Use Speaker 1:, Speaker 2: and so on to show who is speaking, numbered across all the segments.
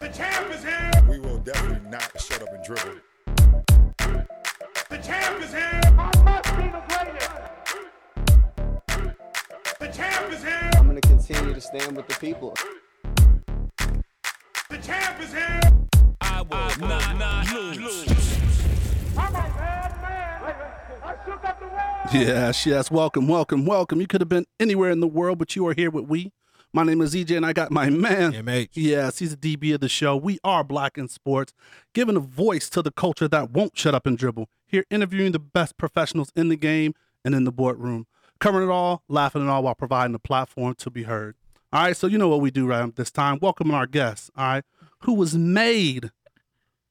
Speaker 1: The champ is here.
Speaker 2: We will definitely not shut up and dribble.
Speaker 1: The champ is here.
Speaker 3: I must be the greatest.
Speaker 1: The champ is here.
Speaker 4: I'm going to continue to stand with the people.
Speaker 1: The champ is here.
Speaker 5: I will not, not lose.
Speaker 3: I'm a bad man. I shook up the world.
Speaker 6: Yes, yes. Welcome, welcome, welcome. You could have been anywhere in the world, but you are here with we. My name is EJ, and I got my man.
Speaker 7: MH.
Speaker 6: Yes, he's a DB of the show. We are Black in Sports, giving a voice to the culture that won't shut up and dribble. Here, interviewing the best professionals in the game and in the boardroom, covering it all, laughing it all, while providing a platform to be heard. All right, so you know what we do right this time. Welcoming our guest, all right, who was made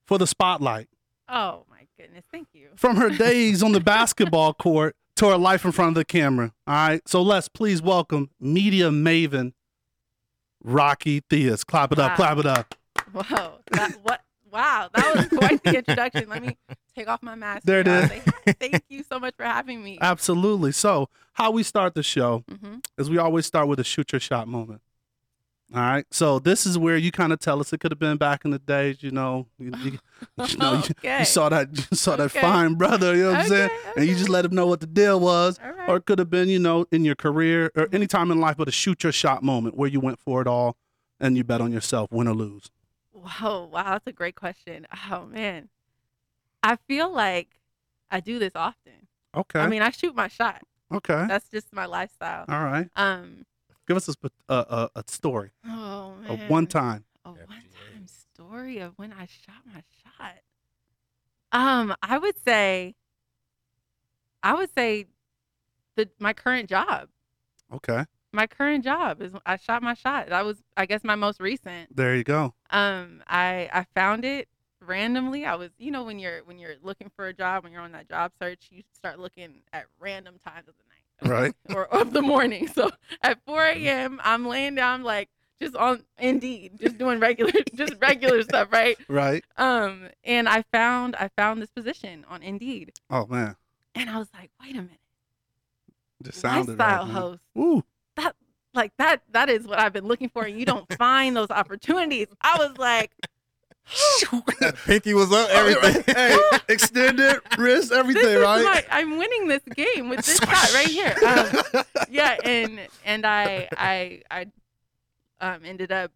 Speaker 6: for the spotlight.
Speaker 8: Oh my goodness, thank you.
Speaker 6: from her days on the basketball court to her life in front of the camera. All right. So let's please welcome media maven Rocky Theus. Clap it up,
Speaker 8: Wow.
Speaker 6: clap it up.
Speaker 8: Whoa, that, what? Wow, that was quite the introduction. Let me take off my mask.
Speaker 6: There it
Speaker 8: y'all.
Speaker 6: is.
Speaker 8: Thank- Thank you so much for having me.
Speaker 6: Absolutely. So, how we start the show
Speaker 8: hmm
Speaker 6: is we always start with a shoot your shot moment. All right. So, this is where you kind of tell us it could have been back in the days, you know, you, you- you know, you-
Speaker 8: okay.
Speaker 6: you saw that you saw that
Speaker 8: Okay.
Speaker 6: fine brother, you know what I'm
Speaker 8: Okay,
Speaker 6: saying? And you
Speaker 8: okay.
Speaker 6: just let him know what the deal was.
Speaker 8: All right.
Speaker 6: or it could have been you know in your career or
Speaker 8: Mm-hmm.
Speaker 6: any time in life but a shoot your shot moment where you went for it all and you bet on yourself win or lose
Speaker 8: Whoa, wow, that's a great question. Oh man, I feel like I do this often.
Speaker 6: okay
Speaker 8: I mean, uh, I shoot my shot.
Speaker 6: okay
Speaker 8: That's just my lifestyle.
Speaker 6: all right
Speaker 8: Um.
Speaker 6: give us a, sp- a, a, a story
Speaker 8: Oh man.
Speaker 6: a one time
Speaker 8: a one
Speaker 7: FGA.
Speaker 8: time story of when I shot my shot. Um, I would say I would say the my current job.
Speaker 6: okay
Speaker 8: My current job is I shot my shot. That was I guess my most recent.
Speaker 6: there you go
Speaker 8: Um I I found it randomly. I was you know when you're when you're looking for a job, when you're on that job search, you start looking at random times of the night
Speaker 6: right
Speaker 8: or of the morning. So at 4 a.m., I'm laying down, like just on Indeed, just doing regular, just regular stuff, right?
Speaker 6: right
Speaker 8: Um, and I found I found this position on Indeed,
Speaker 6: oh man
Speaker 8: and I was like, wait a minute,
Speaker 6: just sounded
Speaker 8: lifestyle
Speaker 6: right, man.
Speaker 8: host,
Speaker 6: Woo.
Speaker 8: like that that is what I've been looking for, and you don't find those opportunities. I was like,
Speaker 7: Pinky was up, everything.
Speaker 6: hey extended wrist
Speaker 8: this
Speaker 6: everything
Speaker 8: is
Speaker 6: right
Speaker 8: my, I'm winning this game with this shot right here. Um, yeah and and i i i um ended up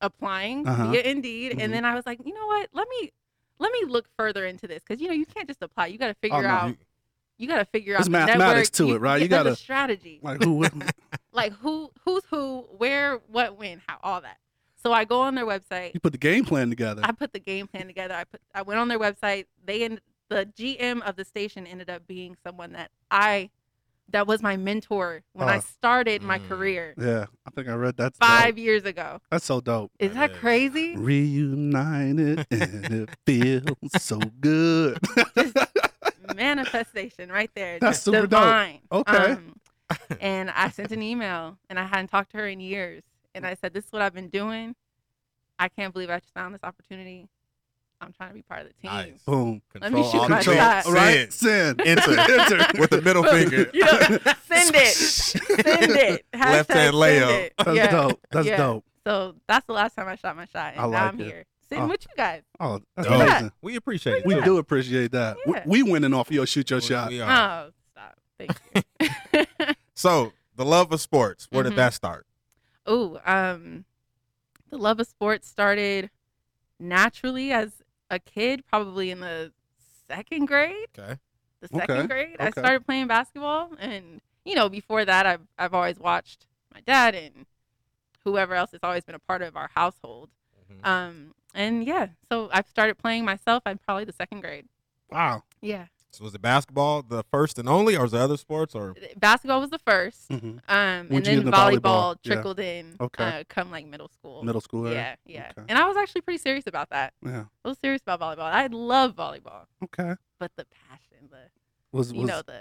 Speaker 8: applying
Speaker 6: Uh-huh.
Speaker 8: via indeed
Speaker 6: Mhm.
Speaker 8: and then i was like you know what let me let me look further into this because you know you can't just apply you got to figure
Speaker 6: Oh, no,
Speaker 8: out
Speaker 6: you-
Speaker 8: you, got to figure out
Speaker 6: There's
Speaker 8: the
Speaker 6: mathematics
Speaker 8: network.
Speaker 6: to it, right? You
Speaker 8: yeah, there's a
Speaker 6: gotta-
Speaker 8: strategy
Speaker 6: like who would
Speaker 8: like who who's who where what when how all that so i go on their website
Speaker 6: you put the game plan together
Speaker 8: I put the game plan together. I put I went on their website. They and the GM of the station ended up being someone that I that was my mentor when I
Speaker 6: Oh.
Speaker 8: started my
Speaker 7: Mm.
Speaker 8: career
Speaker 6: yeah i think i read that
Speaker 8: five years ago.
Speaker 6: that's so dope
Speaker 8: Is
Speaker 7: That
Speaker 8: that
Speaker 7: is-
Speaker 8: crazy?
Speaker 6: reunited and it feels so good
Speaker 8: Manifestation right there.
Speaker 6: That's
Speaker 8: just
Speaker 6: super dope.
Speaker 8: divine.
Speaker 6: Okay.
Speaker 8: Um, and I sent an email and I hadn't talked to her in years. And I said, This is what I've been doing. I can't believe I just found this opportunity. I'm trying to be part of the team.
Speaker 7: Nice.
Speaker 6: boom
Speaker 8: Let me
Speaker 7: Control
Speaker 8: shoot
Speaker 7: all
Speaker 8: my
Speaker 7: the
Speaker 6: Control,
Speaker 8: shot.
Speaker 7: things.
Speaker 6: all right?
Speaker 7: Send.
Speaker 6: Send.
Speaker 7: Enter.
Speaker 6: Enter.
Speaker 7: With the middle finger.
Speaker 8: You know, send it. send it. Hashtag
Speaker 7: Left hand
Speaker 8: send
Speaker 7: layup.
Speaker 8: it.
Speaker 6: That's
Speaker 8: yeah.
Speaker 6: dope. That's
Speaker 8: Yeah.
Speaker 6: dope.
Speaker 8: So that's the last time I shot my shot, and
Speaker 6: I
Speaker 8: now
Speaker 6: like
Speaker 8: I'm
Speaker 6: it.
Speaker 8: here sitting
Speaker 6: Oh.
Speaker 8: with you guys.
Speaker 6: Oh, that's
Speaker 7: Dope.
Speaker 6: amazing.
Speaker 7: We appreciate it.
Speaker 6: We
Speaker 7: too.
Speaker 6: do appreciate that.
Speaker 8: Yeah.
Speaker 6: We, we winning off your shoot your
Speaker 7: We-
Speaker 6: shot.
Speaker 7: we are.
Speaker 8: Oh, stop! Thank you.
Speaker 7: So, the love of sports, where
Speaker 8: Mhm.
Speaker 7: did that start?
Speaker 8: oh, um, the love of sports started naturally as a kid, probably in the second grade.
Speaker 7: Okay.
Speaker 8: The
Speaker 6: Okay.
Speaker 8: second grade, I
Speaker 6: Okay.
Speaker 8: started playing basketball, and you know, before that, I've I've always watched my dad and whoever else has always been a part of our household. Um, and yeah, so I've started playing myself. I'm probably the second grade.
Speaker 6: Wow.
Speaker 8: Yeah,
Speaker 7: So, was it basketball the first and only, or was there other sports? Or
Speaker 8: Eh, basketball was the first, um,
Speaker 6: Mhm.
Speaker 8: and
Speaker 6: Where'd you
Speaker 8: then
Speaker 6: get into
Speaker 8: volleyball,
Speaker 6: volleyball? Yeah.
Speaker 8: trickled in.
Speaker 6: Okay.
Speaker 8: uh, come like middle school.
Speaker 6: Middle school. era?
Speaker 8: Yeah, yeah.
Speaker 6: Okay.
Speaker 8: And I was actually pretty serious about that.
Speaker 6: Yeah.
Speaker 8: I was serious about volleyball. I love volleyball,
Speaker 6: Okay.
Speaker 8: but the passion, the
Speaker 6: Was,
Speaker 8: you
Speaker 6: was
Speaker 8: know the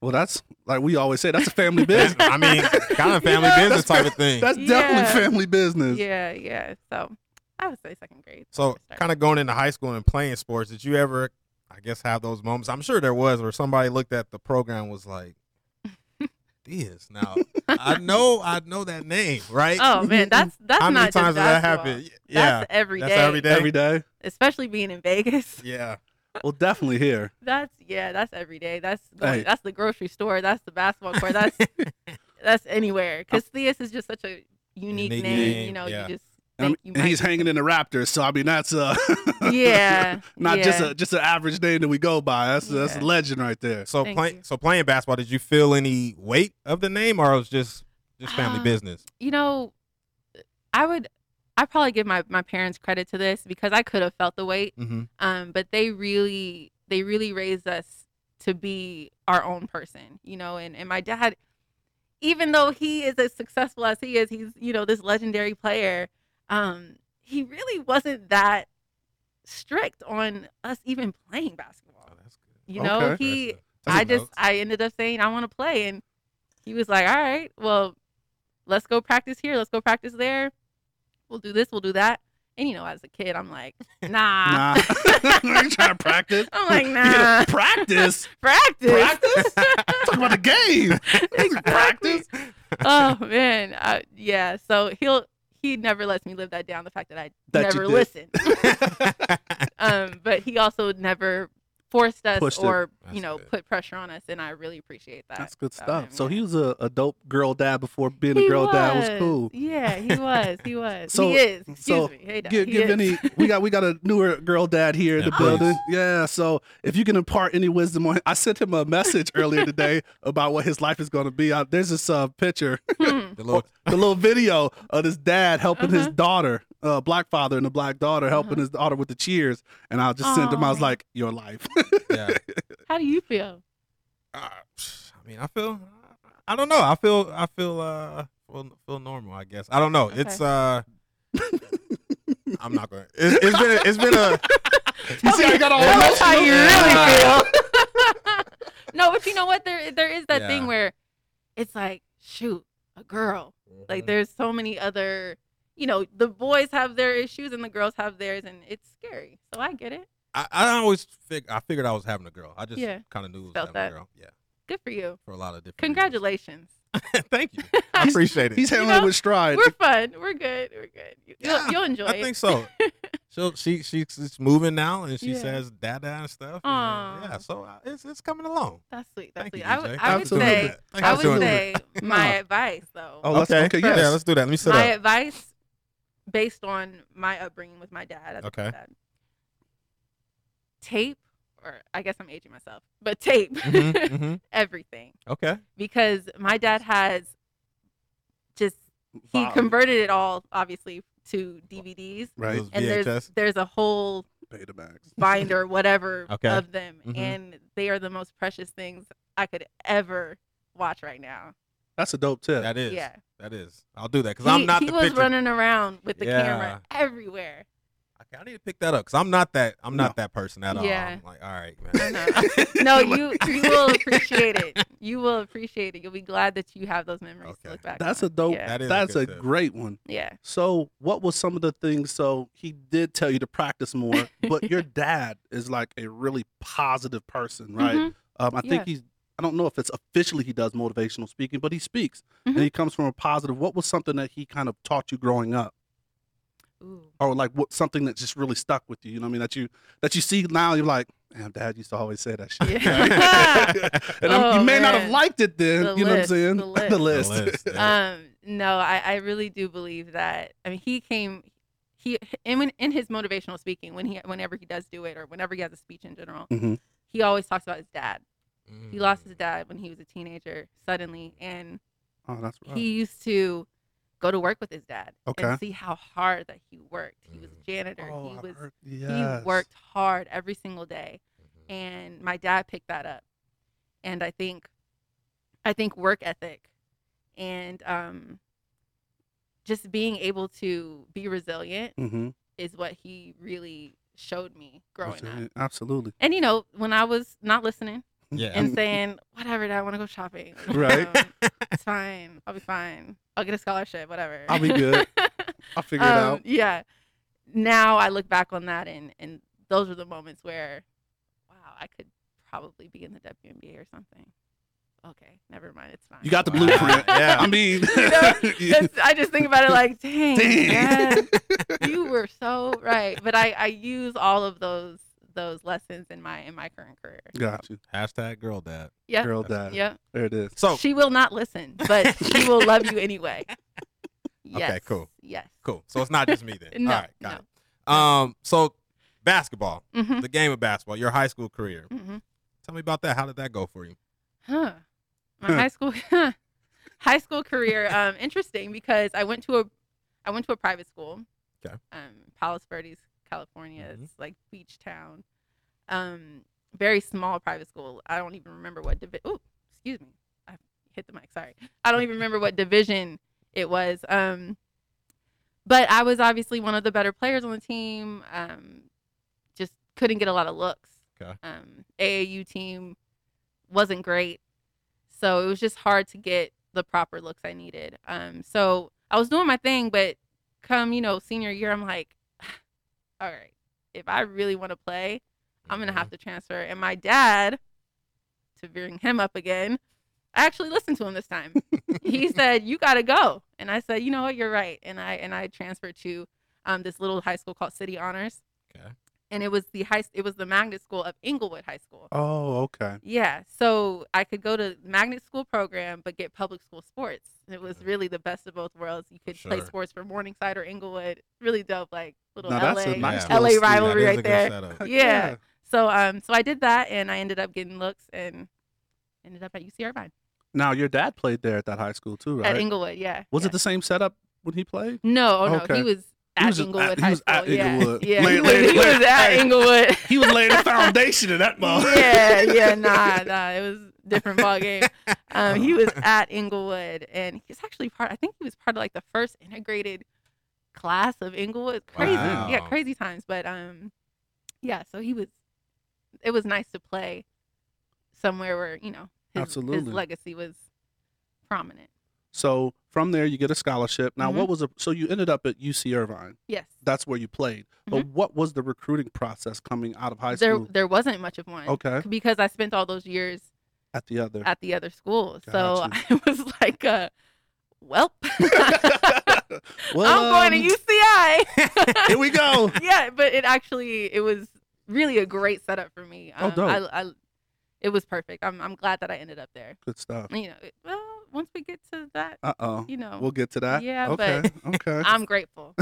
Speaker 6: well. That's like we always say. That's a family business.
Speaker 7: I mean, kind of family
Speaker 8: Yeah.
Speaker 7: business type of thing.
Speaker 6: That's
Speaker 8: Yeah.
Speaker 6: definitely family business.
Speaker 8: yeah, yeah. So I would say second grade.
Speaker 7: So, kind of going into high school and playing sports, did you ever, I guess, have those moments? I'm sure there was where somebody looked at the program was like, Diaz. Now I know I know that name, right?
Speaker 8: Oh man, that's that's
Speaker 7: How
Speaker 8: not
Speaker 7: many
Speaker 8: just
Speaker 7: times did that
Speaker 8: basketball.
Speaker 7: happen? Yeah,
Speaker 8: That's every day.
Speaker 7: that's every day.
Speaker 6: every day.
Speaker 8: Especially being in Vegas.
Speaker 7: Yeah,
Speaker 6: Well, definitely here.
Speaker 8: That's yeah, that's every day. That's the,
Speaker 6: Hey.
Speaker 8: that's the grocery store, that's the basketball court, that's that's anywhere cuz Theus is just such a
Speaker 7: Unique
Speaker 8: unique, name,
Speaker 7: name,
Speaker 8: you know,
Speaker 7: yeah.
Speaker 8: you just
Speaker 6: And,
Speaker 8: think
Speaker 6: I'm-
Speaker 8: you
Speaker 6: and
Speaker 8: might
Speaker 6: he's
Speaker 8: be-
Speaker 6: hanging in the Raptors, so I mean that's uh
Speaker 8: Yeah.
Speaker 6: not just
Speaker 8: yeah.
Speaker 6: a just an average name that we go by. That's that's a
Speaker 8: Yeah.
Speaker 6: legend right there.
Speaker 7: So
Speaker 8: Thank
Speaker 7: playing
Speaker 8: you.
Speaker 7: so playing basketball, did you feel any weight of the name, or it was just just family
Speaker 8: Uh,
Speaker 7: business?
Speaker 8: you know, I would I probably give my my parents credit to this because I could have felt the weight
Speaker 7: Mm-hmm.
Speaker 8: um, but they really they really raised us to be our own person you know and, and my dad even though he is as successful as he is he's you know this legendary player um, he really wasn't that strict on us even playing basketball
Speaker 7: Oh, that's good.
Speaker 8: you know
Speaker 6: Okay.
Speaker 8: he
Speaker 7: That's
Speaker 8: i
Speaker 7: a
Speaker 8: just
Speaker 7: note.
Speaker 8: i ended up saying i want to play and he was like all right well let's go practice here let's go practice there we'll do this we'll do that and you know as a kid i'm like
Speaker 6: Nah,
Speaker 8: Ah.
Speaker 6: you trying to practice?
Speaker 8: I'm like,
Speaker 6: You
Speaker 8: nah.
Speaker 6: gonna practice.
Speaker 8: practice.
Speaker 6: Practice? Talking about the game.
Speaker 8: Exactly.
Speaker 6: practice.
Speaker 8: oh man, I, yeah. So he'll he never lets me live that down. The fact that I
Speaker 6: That you
Speaker 8: never
Speaker 6: did.
Speaker 8: listened. um, but he also never forced us
Speaker 6: Pushed it.
Speaker 8: or
Speaker 7: That's
Speaker 8: you know
Speaker 7: good.
Speaker 8: put pressure on us, and I really appreciate that.
Speaker 6: That's good
Speaker 8: about
Speaker 6: stuff.
Speaker 8: him,
Speaker 6: So
Speaker 8: yeah.
Speaker 6: he was a, a dope girl dad before being a
Speaker 8: Oh, He
Speaker 6: girl dad was cool.
Speaker 8: Yeah, he was. He was.
Speaker 6: So-
Speaker 8: he is. Excuse
Speaker 6: so
Speaker 8: me. Hey, Dad,
Speaker 6: give,
Speaker 8: he
Speaker 6: give
Speaker 8: is.
Speaker 6: any we got we got a newer girl dad here in
Speaker 7: Yeah,
Speaker 6: the
Speaker 7: please.
Speaker 6: building yeah so if you can impart any wisdom on i sent him a message earlier today about what his life is going to be I, there's this uh, picture
Speaker 8: Hmm.
Speaker 7: The little-
Speaker 6: the little video of this dad helping his
Speaker 8: Uh-huh.
Speaker 6: daughter uh, black father and a black daughter helping
Speaker 8: Uh-huh.
Speaker 6: his daughter with the cheers and i just sent him i was
Speaker 8: Aw.
Speaker 6: like your life
Speaker 7: yeah.
Speaker 8: How do you feel?
Speaker 7: Uh, I mean, I feel. I don't know. I feel. I feel. Uh, feel, feel normal. I guess. I don't know. It's. uh I'm not gonna. It's, it's been. A, it's been a.
Speaker 6: you see how you got all
Speaker 8: Tell us how you
Speaker 6: emotional?
Speaker 8: really feel. no, but you know what? There there is that
Speaker 7: Yeah.
Speaker 8: thing where it's like, shoot, a girl.
Speaker 7: Mm-hmm.
Speaker 8: Like there's so many other, you know, the boys have their issues and the girls have theirs, and it's scary. So I get it.
Speaker 7: I, I always fig- I figured I was having a girl. I just
Speaker 8: Yeah.
Speaker 7: kind of knew it was
Speaker 8: Felt
Speaker 7: having a
Speaker 8: that.
Speaker 7: girl. Yeah.
Speaker 8: Good for you.
Speaker 7: For a lot of different. reasons.
Speaker 8: Congratulations.
Speaker 7: Thank you. I appreciate it.
Speaker 6: he's handling
Speaker 8: know,
Speaker 6: it with stride
Speaker 8: We're fun. We're good. We're good. You- You'll,
Speaker 7: Yeah,
Speaker 8: you'll enjoy
Speaker 7: I
Speaker 8: it.
Speaker 7: think so. So she she's, she's moving now and she
Speaker 8: Yeah.
Speaker 7: says dada and stuff. and
Speaker 8: Aw.
Speaker 7: yeah. So I, it's it's coming along.
Speaker 8: That's sweet. That's
Speaker 7: Thank
Speaker 8: sweet.
Speaker 7: you.
Speaker 8: I would,
Speaker 7: EJ.
Speaker 8: I would
Speaker 6: Absolutely.
Speaker 8: say,
Speaker 7: Thank you
Speaker 8: I
Speaker 7: for doing
Speaker 8: would
Speaker 7: that.
Speaker 8: say my advice though.
Speaker 6: Oh, let's, okay.
Speaker 7: okay.
Speaker 6: yes.
Speaker 7: Yeah, let's do that. Let me sit
Speaker 8: my
Speaker 7: up.
Speaker 8: advice based on my upbringing with my dad. As a
Speaker 7: Okay.
Speaker 8: stepdad. Tape, or I guess I'm aging myself, but tape
Speaker 7: Mhm, mhm.
Speaker 8: everything
Speaker 7: Okay.
Speaker 8: because my dad has just he
Speaker 6: Wow.
Speaker 8: converted it all obviously to DVDs.
Speaker 6: right
Speaker 7: Those
Speaker 8: And
Speaker 7: VHS.
Speaker 8: there's there's a whole
Speaker 6: betamax
Speaker 8: binder, whatever
Speaker 7: Okay.
Speaker 8: of them,
Speaker 7: Mhm.
Speaker 8: and they are the most precious things I could ever watch right now.
Speaker 6: that's a dope tip
Speaker 7: That is.
Speaker 8: Yeah.
Speaker 7: That is. I'll do that because
Speaker 8: he
Speaker 7: I'm not
Speaker 8: he
Speaker 7: the
Speaker 8: was
Speaker 7: picture.
Speaker 8: running around with the camera everywhere.
Speaker 7: Okay, I need to pick that up because I'm not that. I'm not that person at all.
Speaker 8: Yeah.
Speaker 7: I'm like, all right, man.
Speaker 8: Uh-huh. no, you you will appreciate it. You will appreciate it. You'll be glad that you have those memories to
Speaker 7: Okay.
Speaker 8: look back.
Speaker 6: that's
Speaker 8: on.
Speaker 6: a dope
Speaker 8: Yeah.
Speaker 7: That is a
Speaker 6: that's a
Speaker 7: good tip.
Speaker 6: great one
Speaker 8: yeah.
Speaker 6: So, what was some of the things? So, he did tell you to practice more, but your dad is like a really positive person, right?
Speaker 8: Mhm.
Speaker 6: Um, I
Speaker 8: Yeah.
Speaker 6: think he's, I don't know if it's officially he does motivational speaking, but he speaks and
Speaker 8: Mhm.
Speaker 6: he comes from a positive. What was something that he kind of taught you growing up?
Speaker 8: Ooh.
Speaker 6: Or like what something that just really stuck with you, you know what I mean? That you that you see now, you're like, damn, dad used to always say that shit.
Speaker 8: Yeah.
Speaker 6: and I'm-
Speaker 8: Oh,
Speaker 6: you may not have
Speaker 8: man.
Speaker 6: liked it then,
Speaker 8: The
Speaker 6: you know
Speaker 8: list,
Speaker 6: what I'm saying?
Speaker 8: the
Speaker 6: the
Speaker 8: list.
Speaker 7: The
Speaker 6: list.
Speaker 7: list, yeah.
Speaker 8: Um, no, I, I really do believe that. I mean, he came, he and when, in his motivational speaking, when he whenever he does do it or whenever he has a speech in general,
Speaker 6: Mhm.
Speaker 8: he always talks about his dad. He lost his
Speaker 7: Mm.
Speaker 8: dad when he was a teenager suddenly, and
Speaker 6: Oh, that's right.
Speaker 8: he used to go to work with his dad
Speaker 6: Okay.
Speaker 8: and see how hard that he worked. He was a janitor.
Speaker 6: oh,
Speaker 8: he
Speaker 6: I
Speaker 8: was
Speaker 6: heard- yes.
Speaker 8: he worked hard every single day, and my dad picked that up. And I think, I think work ethic, and um, just being able to be resilient
Speaker 6: Mhm.
Speaker 8: is what he really showed me growing up.
Speaker 6: Absolutely. Absolutely.
Speaker 8: And you know, when I was not listening
Speaker 7: Yeah.
Speaker 8: and saying whatever, Dad, I want to go shopping.
Speaker 6: Right.
Speaker 8: Um, it's fine. I'll be fine. I'll get a scholarship. Whatever.
Speaker 6: I'll be good. I'll figure it
Speaker 8: Um,
Speaker 6: out.
Speaker 8: Yeah. Now I look back on that and and those are the moments where, wow, I could probably be in the WNBA or something. okay, never mind. It's fine.
Speaker 6: You got the blueprint.
Speaker 7: Yeah.
Speaker 6: I mean,
Speaker 8: You know,
Speaker 6: yeah.
Speaker 8: it's- I just think about it like, dang,
Speaker 6: Dang.
Speaker 8: yeah, you were so right. But I, I use all of those those lessons in my in my current career.
Speaker 6: got you,
Speaker 7: Hashtag girl dad.
Speaker 8: Yeah,
Speaker 6: girl. Oh. Dad.
Speaker 8: yeah.
Speaker 6: There it is.
Speaker 7: So
Speaker 8: She will not listen, but she will love you anyway. Yes.
Speaker 7: cool.
Speaker 8: Yes.
Speaker 7: cool. So it's not just me then.
Speaker 8: No,
Speaker 7: All right, got it. Um, so basketball,
Speaker 8: hmm
Speaker 7: the game of basketball, your high school career.
Speaker 8: hmm
Speaker 7: Tell me about that. How did that go for you?
Speaker 8: Huh. My
Speaker 6: Huh.
Speaker 8: high school high school career um interesting because I went to a I went to a private school.
Speaker 7: Okay.
Speaker 8: Um Palos Verdes, California.
Speaker 7: Mhm.
Speaker 8: It's like beach town. Um very small private school. I don't even remember what divi- Ooh, excuse me. I hit the mic, sorry. I don't even remember what division it was. Um but I was obviously one of the better players on the team. Um just couldn't get a lot of looks.
Speaker 7: Okay.
Speaker 8: Um AAU team wasn't great. So it was just hard to get the proper looks I needed. Um, so I was doing my thing, but come, you know, senior year, I'm like, all right, if I really want to play, I'm
Speaker 7: Mm-hmm.
Speaker 8: going to have to transfer. And my dad, to bring him up again, I actually listened to him this time. he said, "You got to go," and I said, "You know what? You're right." And I and I transferred to um, this little high school called City Honors.
Speaker 7: Okay.
Speaker 8: And it was the high it was the magnet school of Inglewood High School.
Speaker 6: Oh, okay.
Speaker 8: Yeah, so I could go to magnet school program, but get public school sports. And It was
Speaker 6: Mm-hmm.
Speaker 7: Okay.
Speaker 8: really the best of both worlds. You could play
Speaker 7: Sure.
Speaker 8: sports for Morningside or Inglewood. Really dope, like little
Speaker 6: Now
Speaker 8: LA,
Speaker 6: that's a nice
Speaker 7: Yeah.
Speaker 8: LA
Speaker 6: little
Speaker 7: That is
Speaker 8: rivalry
Speaker 7: a
Speaker 8: right
Speaker 7: good
Speaker 8: there.
Speaker 7: setup.
Speaker 6: Heck
Speaker 8: Yeah. So um, so I did that, and I ended up getting looks and ended up at UC Irvine
Speaker 6: Now your dad played there at that high school too, right?
Speaker 8: at Inglewood. Yeah.
Speaker 6: was
Speaker 8: yeah.
Speaker 6: it the same setup when he played?
Speaker 8: No, oh, no,
Speaker 6: Okay.
Speaker 8: he was
Speaker 6: He
Speaker 8: at
Speaker 6: was just
Speaker 8: Inglewood
Speaker 6: at- he
Speaker 8: High
Speaker 6: was
Speaker 8: School.
Speaker 6: at Inglewood.
Speaker 8: Yeah, yeah.
Speaker 6: Lay-
Speaker 8: he was,
Speaker 6: lay-
Speaker 8: he was
Speaker 6: lay-
Speaker 8: at
Speaker 6: hey.
Speaker 8: Inglewood.
Speaker 6: He was laying the foundation in that mom.
Speaker 8: yeah, yeah, nah, nah. It was a different ball game. Um, he was at Inglewood, and he's actually part. I think he was part of like the first integrated class of Inglewood. Crazy,
Speaker 7: Wow.
Speaker 8: yeah, crazy times. But um, yeah. So he was. It was nice to play somewhere where you know his, his
Speaker 6: Absolutely.
Speaker 8: legacy was prominent.
Speaker 6: So from there, you get a scholarship. Now,
Speaker 8: Mhm.
Speaker 6: what was a so you ended up at UC Irvine?
Speaker 8: Yes,
Speaker 6: That's where you played. But what was the recruiting process coming out of high
Speaker 8: Mm-hmm. there
Speaker 6: school? Oh.
Speaker 8: there wasn't much of one.
Speaker 6: okay,
Speaker 8: Because I spent all those years
Speaker 6: at the other.
Speaker 8: at the other school, so
Speaker 6: Gotcha.
Speaker 8: I was like, uh, "Welp,
Speaker 6: Well,
Speaker 8: I'm going to
Speaker 6: um,
Speaker 8: UCI."
Speaker 6: Here we go.
Speaker 8: yeah, but it actually it was really a great setup for me.
Speaker 6: Oh,
Speaker 8: Um,
Speaker 6: dope.
Speaker 8: I, I, it was perfect. I'm I'm glad that I ended up there.
Speaker 6: Good stuff.
Speaker 8: You know, it, well, once we get to that,
Speaker 6: Uh oh.
Speaker 8: you know,
Speaker 6: We'll get to that.
Speaker 8: Yeah,
Speaker 6: Okay. okay.
Speaker 8: I'm grateful.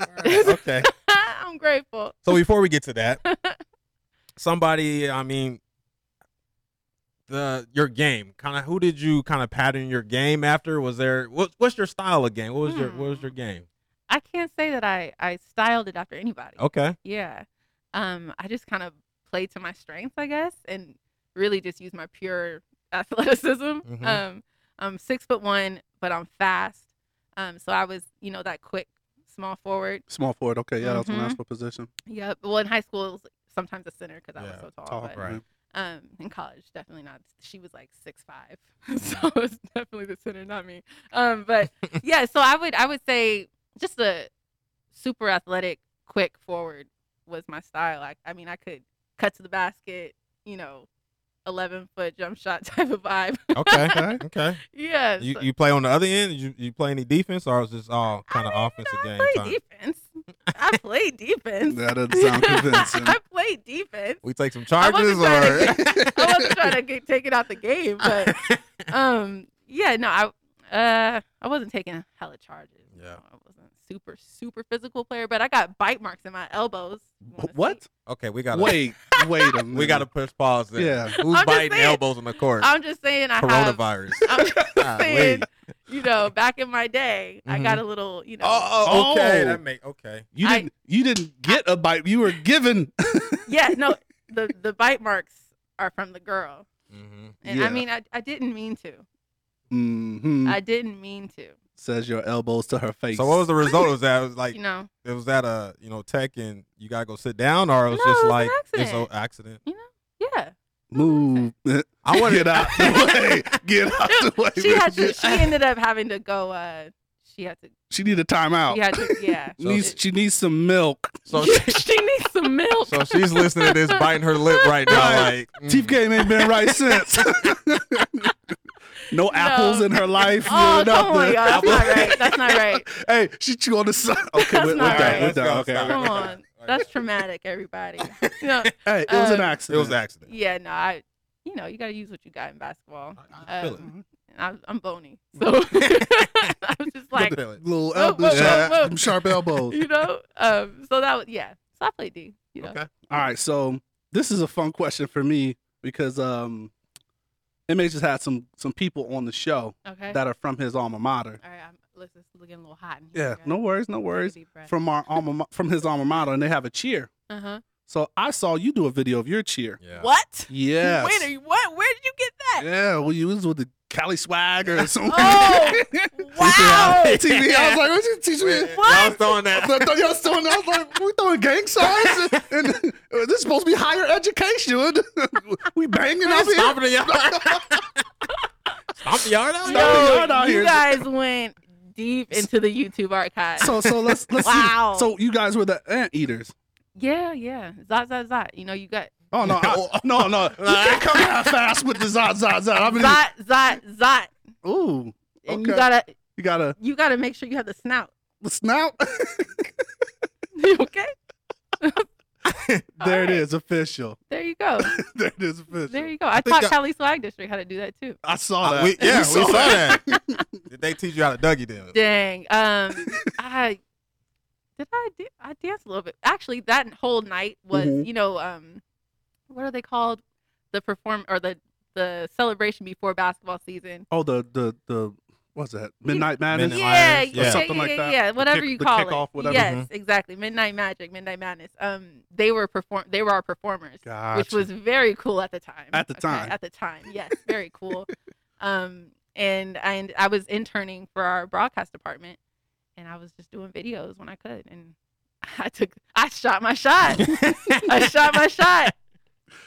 Speaker 7: Alright, okay.
Speaker 8: I'm grateful.
Speaker 7: So before we get to that, somebody, I mean, the your game, kind of who did you kind of pattern your game after? Was there what, what's your style of game? What was your what
Speaker 8: Hmm.
Speaker 7: was your game?
Speaker 8: I can't say that I I styled it after anybody.
Speaker 7: Okay.
Speaker 8: Yeah, um, I just kind of played to my strengths, I guess, and really just used my pure athleticism.
Speaker 7: Mhm.
Speaker 8: Um, I'm six foot one, but I'm fast. Um, so I was, you know, that quick small forward.
Speaker 6: Small forward. Okay. Yeah, that's my
Speaker 8: Mhm.
Speaker 6: that's my position.
Speaker 8: Yep. Well, in high school, it was sometimes a center because I was
Speaker 7: Yeah,
Speaker 8: so tall.
Speaker 6: Tall.
Speaker 8: but,
Speaker 7: right.
Speaker 8: Um, in college, definitely not. She was like six five, so it was definitely the center, not me. Um, but yeah, so I would I would say just a super athletic, quick forward was my style. I, I mean, I could cut to the basket, you know, eleven foot jump shot type of vibe.
Speaker 7: Okay.
Speaker 6: Okay.
Speaker 7: okay.
Speaker 8: yeah.
Speaker 7: You
Speaker 8: so-
Speaker 7: you play on the other end? You you play any defense or was this all kind of
Speaker 8: I mean,
Speaker 7: offensive
Speaker 8: I
Speaker 7: game
Speaker 8: play
Speaker 7: time?
Speaker 8: defense. I play defense.
Speaker 6: That doesn't sound convincing.
Speaker 8: I play defense.
Speaker 7: We take some
Speaker 8: I
Speaker 7: charges
Speaker 8: wasn't
Speaker 7: or
Speaker 8: trying I wasn't trying to get, take it out the game, but um, yeah, no, I uh, I wasn't taking hella charges.
Speaker 7: Yeah.
Speaker 8: I wasn't super super physical player, but I got bite marks in my elbows. You wanna
Speaker 6: Wh- What?
Speaker 8: see?
Speaker 7: Okay, we got to
Speaker 6: Wait. Wait a minute.
Speaker 7: we got to push pause there.
Speaker 6: Yeah.
Speaker 7: Who's
Speaker 8: I'm just
Speaker 7: biting
Speaker 8: saying.
Speaker 7: elbows on the court?
Speaker 8: I'm just saying I have.
Speaker 7: Coronavirus.
Speaker 8: I'm just
Speaker 7: Golly.
Speaker 8: saying, you know, back in my day, I
Speaker 7: Mhm.
Speaker 8: got a little, you know,
Speaker 7: Oh, okay.
Speaker 6: Oh.
Speaker 7: That make okay.
Speaker 6: You
Speaker 8: I-
Speaker 6: didn't. you didn't get a bite. You were given.
Speaker 8: yeah, no, the the bite marks are from the girl,
Speaker 7: Mm-hmm.
Speaker 8: and
Speaker 6: Yeah.
Speaker 8: I mean, I I didn't mean to.
Speaker 6: hmm
Speaker 8: I didn't mean to.
Speaker 6: Says your elbows to her face.
Speaker 7: So what was the result? Was that it was like
Speaker 8: You know,
Speaker 7: it was that a you know tech and you gotta go sit down or it was
Speaker 8: No,
Speaker 7: just
Speaker 8: it was an
Speaker 7: like it's an
Speaker 8: accident.
Speaker 7: accident.
Speaker 8: yeah.
Speaker 6: move?
Speaker 7: I wanna-
Speaker 6: get out the way. Get out the way.
Speaker 8: she had to,
Speaker 6: bitch.
Speaker 8: she ended up having to go uh she had to
Speaker 6: She need a timeout.
Speaker 8: she had to yeah
Speaker 6: Needs, she needs some milk.
Speaker 7: So
Speaker 8: she,
Speaker 7: she,
Speaker 8: needs some milk
Speaker 7: so she's listening to this biting her lip right now
Speaker 6: Right.
Speaker 7: like mm.
Speaker 6: Teeth game ain't been right since. no apples in her life.
Speaker 8: Oh,
Speaker 6: no,
Speaker 8: oh my
Speaker 6: nothing.
Speaker 8: God, that's not right. That's not right.
Speaker 6: Hey, she chew on the sun. Okay,
Speaker 8: That's
Speaker 6: we're, we're
Speaker 8: not
Speaker 6: done.
Speaker 8: right.
Speaker 6: We're
Speaker 7: Let's
Speaker 6: done.
Speaker 7: go,
Speaker 6: Okay.
Speaker 7: stop it.
Speaker 8: Come on, that's traumatic. Everybody. No,
Speaker 6: Hey, it was an
Speaker 7: It
Speaker 8: Um,
Speaker 6: accident.
Speaker 7: was an accident.
Speaker 8: yeah, no, I. You know, you gotta use what you got in basketball.
Speaker 7: I feel
Speaker 8: Um, and I, I'm bony, so I was just like,
Speaker 6: Little
Speaker 8: Whoa,
Speaker 6: elbows,
Speaker 8: whoa,
Speaker 6: sharp,
Speaker 8: whoa, whoa.
Speaker 6: them sharp elbows.
Speaker 8: you know, um, so that was yeah. So I played D. You know,
Speaker 7: Okay.
Speaker 6: All right, so this is a fun question for me because um, MH has had some some people on the show
Speaker 8: okay.
Speaker 6: that are from his alma mater.
Speaker 8: All right, I'm, listen, it's getting a little hot in
Speaker 6: Yeah,
Speaker 8: here.
Speaker 6: no worries, no worries. From our alma ma- from his alma mater, and they have a cheer.
Speaker 8: uh huh.
Speaker 6: So I saw you do a video of your cheer.
Speaker 7: Yeah.
Speaker 8: What?
Speaker 6: Yes.
Speaker 8: Wait, are you, what? Where did you get that?
Speaker 6: Yeah, well, you was with the Cali swag or something.
Speaker 8: Oh, wow.
Speaker 6: TV. I was like, what you teach me?
Speaker 7: I was throwing
Speaker 6: I
Speaker 7: that.
Speaker 6: thought y'all was throwing, I was like, we throwing gang signs? And, and this is supposed to be higher education. we banging up here.
Speaker 7: Stomping the yard. Stomping the yard out.
Speaker 6: Stop
Speaker 8: Yo,
Speaker 6: it, y'all not
Speaker 8: you
Speaker 6: here.
Speaker 8: guys went deep into the YouTube archive.
Speaker 6: So so let's let's
Speaker 8: Wow.
Speaker 6: see. So you guys were the ant eaters.
Speaker 8: yeah, yeah. Zot, zot, zot. You know, you got
Speaker 6: Oh no, I, no, no! You can't come out fast with the zot zot zot. I mean,
Speaker 8: zot, zot, zot.
Speaker 6: ooh, Okay.
Speaker 8: And you gotta,
Speaker 6: you got a
Speaker 8: you gotta make sure you have the snout.
Speaker 6: snout.
Speaker 8: okay,
Speaker 6: there
Speaker 8: right.
Speaker 6: it is, official.
Speaker 8: there you go.
Speaker 6: There it is, official.
Speaker 8: There you go. I,
Speaker 7: think
Speaker 8: taught
Speaker 7: I-
Speaker 8: Cali Swag District how to do that too.
Speaker 6: I saw
Speaker 7: Uh,
Speaker 6: that.
Speaker 7: we, yeah, we saw
Speaker 6: that.
Speaker 7: that. Did they teach you how to Dougie then?
Speaker 8: Dang. Um, I did I da- I danced a little bit. Actually, that whole night was
Speaker 6: Mhm.
Speaker 8: you know um, what are they called? The perform or the the celebration before basketball season.
Speaker 6: Oh, the the the what's that? Midnight Madness.
Speaker 7: Midnight
Speaker 8: Yeah, yeah,
Speaker 7: Madness,
Speaker 8: yeah,
Speaker 7: or
Speaker 6: something like
Speaker 8: yeah,
Speaker 6: that.
Speaker 8: yeah,
Speaker 6: The
Speaker 8: whatever
Speaker 6: kick-
Speaker 8: you
Speaker 6: the
Speaker 8: call
Speaker 6: kickoff,
Speaker 8: it.
Speaker 6: whatever. Mm-hmm.
Speaker 8: Yes, exactly. Midnight Magic, Midnight Madness. Um, they were perform. They were our performers, which
Speaker 6: Gotcha.
Speaker 8: was very cool at the time.
Speaker 6: At the
Speaker 8: okay?
Speaker 6: time.
Speaker 8: At the time, yes, very cool. um, and I and I was interning for our broadcast department, and I was just doing videos when I could, and I took I shot my shot. I shot my shot.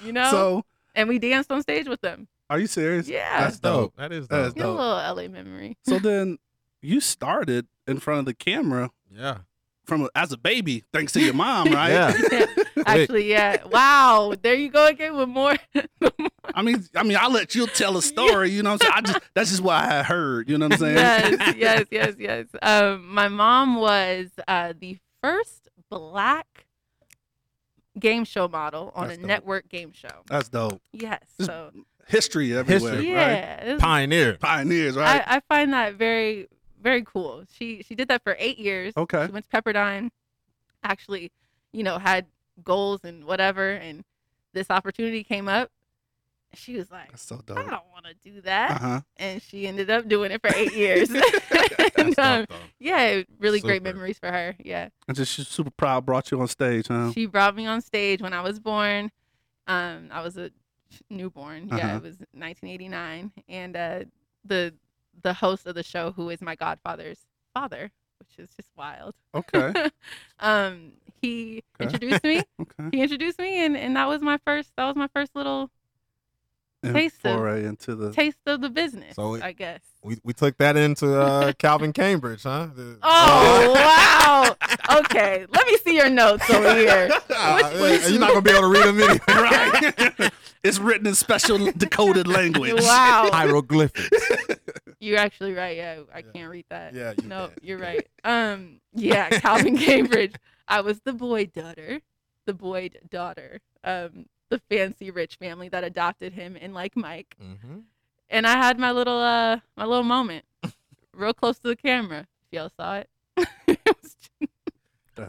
Speaker 8: You know,
Speaker 6: So,
Speaker 8: and we danced on stage with them.
Speaker 6: are you serious?
Speaker 8: Yeah,
Speaker 6: That's dope.
Speaker 7: That is
Speaker 6: That is
Speaker 8: You know,
Speaker 6: dope.
Speaker 8: a little LA memory.
Speaker 6: So then you started in front of the camera
Speaker 7: Yeah.
Speaker 6: from a, as a baby, thanks to your mom, right?
Speaker 7: Yeah.
Speaker 8: Yeah, actually, yeah. Wow, there you go again with more.
Speaker 6: I mean, I mean, I'll let you tell a story. You know, what I'm saying? I just that's just what I had heard. You know what I'm saying?
Speaker 8: yes, yes, yes, yes. Um, my mom was uh, the first black game show model on
Speaker 6: That's
Speaker 8: a
Speaker 6: dope.
Speaker 8: network game show.
Speaker 6: That's dope.
Speaker 8: Yes,
Speaker 6: This-
Speaker 8: so
Speaker 6: History everywhere.
Speaker 7: History.
Speaker 6: Right?
Speaker 8: yeah, it was-
Speaker 7: Pioneer.
Speaker 6: Pioneers, right?
Speaker 8: I, I find that very, very cool. She she did that for eight years.
Speaker 6: okay.
Speaker 8: She went to Pepperdine, actually, you know, had goals and whatever, and this opportunity came up. She was like,
Speaker 6: That's so
Speaker 8: I
Speaker 6: dope.
Speaker 8: don't want to do that.
Speaker 6: Uh huh.
Speaker 8: and she ended up doing it for eight years. And,
Speaker 7: That's
Speaker 8: um,
Speaker 7: dope, though.
Speaker 8: yeah, really great
Speaker 7: Super.
Speaker 8: memories for her. Yeah,
Speaker 6: And just she's super proud brought you on stage, huh?
Speaker 8: she brought me on stage when I was born. Um, I was a newborn. Yeah,
Speaker 6: Uh-huh.
Speaker 8: it was 1989, and uh, the the host of the show, who is my godfather's father, which is just wild.
Speaker 6: Okay.
Speaker 8: um, he
Speaker 6: Okay.
Speaker 8: introduced me.
Speaker 6: Okay.
Speaker 8: He introduced me, and and that was my first. That was my first little
Speaker 6: And
Speaker 8: Taste of-
Speaker 6: foray into the
Speaker 8: taste of the business.
Speaker 7: So it-
Speaker 8: I guess.
Speaker 7: We, we took that into uh, Calvin Cambridge, huh? The-
Speaker 8: Oh wow! Okay, let me see your notes over here.
Speaker 7: Ah, yeah, you're not gonna be able to read them anyway.
Speaker 6: right. it's written in special decoded language.
Speaker 8: Wow,
Speaker 7: Hieroglyphics.
Speaker 8: you're actually right. Yeah, I
Speaker 7: Yeah.
Speaker 8: can't read that.
Speaker 7: Yeah, you
Speaker 8: no,
Speaker 7: can't.
Speaker 8: you're right. Um, yeah, Calvin Cambridge. I was the boy daughter, the boy daughter. Um, the fancy rich family that adopted him, and like Mike,
Speaker 7: hmm
Speaker 8: and I had my little uh, my little moment, real close to the camera. If y'all saw it, It was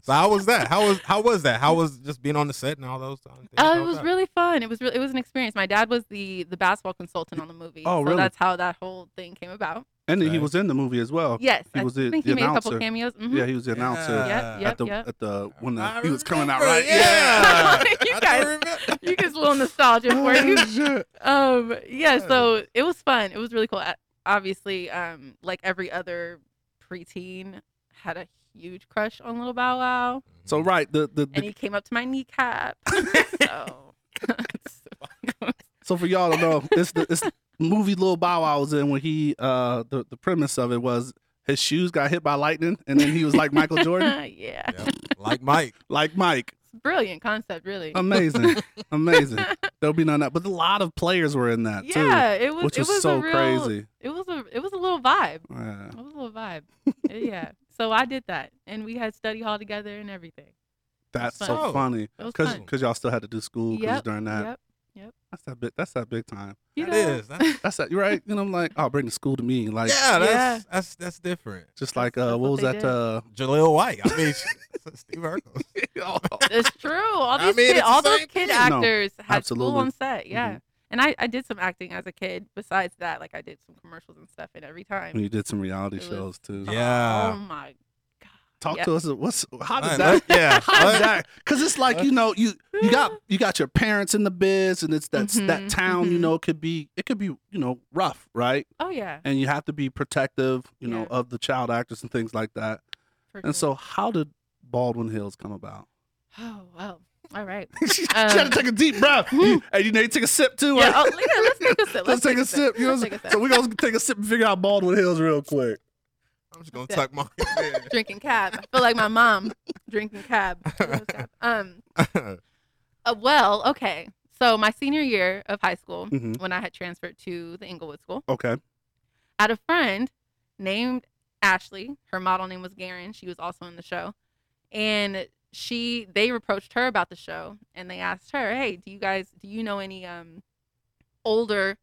Speaker 7: So how was that? How was how was that? How was just being on the set and all those uh, things?
Speaker 8: Oh,
Speaker 7: How
Speaker 8: it was
Speaker 7: that?
Speaker 8: really fun. It was really it was an experience. My dad was the the basketball consultant on the movie.
Speaker 6: Oh,
Speaker 8: so
Speaker 6: really?
Speaker 8: That's how that whole thing came about.
Speaker 6: And then he
Speaker 7: Okay.
Speaker 6: was in the movie as well.
Speaker 8: Yes,
Speaker 6: He
Speaker 8: I
Speaker 6: was the-
Speaker 8: think
Speaker 6: the
Speaker 8: he made a couple
Speaker 6: announcer.
Speaker 8: cameos. Mhm.
Speaker 6: Yeah, he was the announcer
Speaker 8: Yeah, yeah.
Speaker 6: at the
Speaker 8: yep.
Speaker 6: at the when the,
Speaker 7: I
Speaker 6: he was coming out
Speaker 7: remember,
Speaker 6: right.
Speaker 7: Yeah.
Speaker 8: You
Speaker 7: I do
Speaker 8: guys-
Speaker 7: remember.
Speaker 8: You just little nostalgia for you. Um, yeah. So it was fun. It was really cool. A- Obviously, um, like every other preteen, had a huge crush on Little Bow Wow,
Speaker 6: So right, the the,
Speaker 8: and
Speaker 6: the
Speaker 8: he came up to my kneecap. so.
Speaker 6: so for y'all to know, it's the it's the movie Lil Bow Wow was in when he uh the, the premise of it was his shoes got hit by lightning and then he was like Michael Jordan,
Speaker 8: yeah.
Speaker 7: Yeah, like Mike.
Speaker 6: like Mike.
Speaker 8: brilliant concept, really.
Speaker 6: Amazing, amazing. There'll be none of that, but a lot of players were in that
Speaker 8: yeah, it was.
Speaker 6: too, which
Speaker 8: it
Speaker 6: was,
Speaker 8: was
Speaker 6: so
Speaker 8: a real,
Speaker 6: crazy.
Speaker 8: It was a. It was a little vibe.
Speaker 6: Yeah.
Speaker 8: It was a little vibe. yeah. So I did that, and we had study hall together and everything.
Speaker 6: That's
Speaker 8: fun.
Speaker 6: so
Speaker 7: Oh.
Speaker 6: funny
Speaker 8: It was
Speaker 6: because
Speaker 8: fun.
Speaker 6: y'all still had to do school 'cause
Speaker 8: Yep,
Speaker 6: during that.
Speaker 8: Yep.
Speaker 6: That's that big. That's that big time.
Speaker 8: You
Speaker 7: That
Speaker 8: know,
Speaker 7: is, that's-
Speaker 6: That's that. You're right. And I'm like, oh, bring the school to me. Like,
Speaker 7: yeah, that's
Speaker 8: Yeah.
Speaker 7: that's that's different.
Speaker 6: just like uh,
Speaker 8: That's-
Speaker 6: what
Speaker 8: that's what
Speaker 6: was
Speaker 8: they
Speaker 6: that?
Speaker 8: did.
Speaker 6: Uh,
Speaker 7: Jaleel White. I mean, Steve Urkel.
Speaker 8: it's true. All
Speaker 7: I
Speaker 8: these
Speaker 7: mean,
Speaker 8: kid,
Speaker 7: it's the
Speaker 8: all those
Speaker 7: same
Speaker 8: kid
Speaker 7: thing.
Speaker 6: No,
Speaker 8: actors had
Speaker 6: absolutely. Mm-hmm.
Speaker 8: school on set. Yeah. And I, I did some acting as a kid. Besides that, like I did some commercials and stuff. And every time,
Speaker 6: when you did some reality
Speaker 8: It was-
Speaker 6: shows too.
Speaker 7: Yeah. Yeah.
Speaker 8: Oh my.
Speaker 6: Talk
Speaker 8: Yeah.
Speaker 6: to us. What's how did
Speaker 7: Right,
Speaker 6: that?
Speaker 7: let- yeah,
Speaker 6: How
Speaker 7: let-
Speaker 6: did that? Because it's like you know you you got you got your parents in the biz, and it's that that
Speaker 8: Mhm,
Speaker 6: town. You
Speaker 8: mhm.
Speaker 6: know, it could be it could be you know rough, right?
Speaker 8: Oh yeah.
Speaker 6: And you have to be protective, you know,
Speaker 8: Yeah. Mm-hmm.
Speaker 6: of the child actors and things like that.
Speaker 8: for
Speaker 6: And so,
Speaker 8: sure.
Speaker 6: how did Baldwin Hills come about?
Speaker 8: Oh well. All right.
Speaker 6: she she had
Speaker 8: Um,
Speaker 6: to take a deep breath, and you know, you take a sip too.
Speaker 8: Yeah,
Speaker 6: right?
Speaker 8: oh, yeah, let's take a sip.
Speaker 6: Let's, take, a sip. You know,
Speaker 8: Let's
Speaker 6: what
Speaker 8: take
Speaker 6: I'm saying?
Speaker 8: a sip.
Speaker 6: so we're gonna take a sip and figure out Baldwin Hills real quick.
Speaker 7: I'm just gonna
Speaker 8: Yeah.
Speaker 7: tuck my.
Speaker 8: drinking cab. I feel like my mom drinking cab. Um. Uh, well, okay. So my senior year of high school,
Speaker 6: Mhm.
Speaker 8: when I had transferred to the Inglewood School,
Speaker 6: Okay.
Speaker 8: I had a friend named Ashley. Her model name was Garen. She was also in the show, and she they approached her about the show, and they asked her, "Hey, do you guys do you know any um older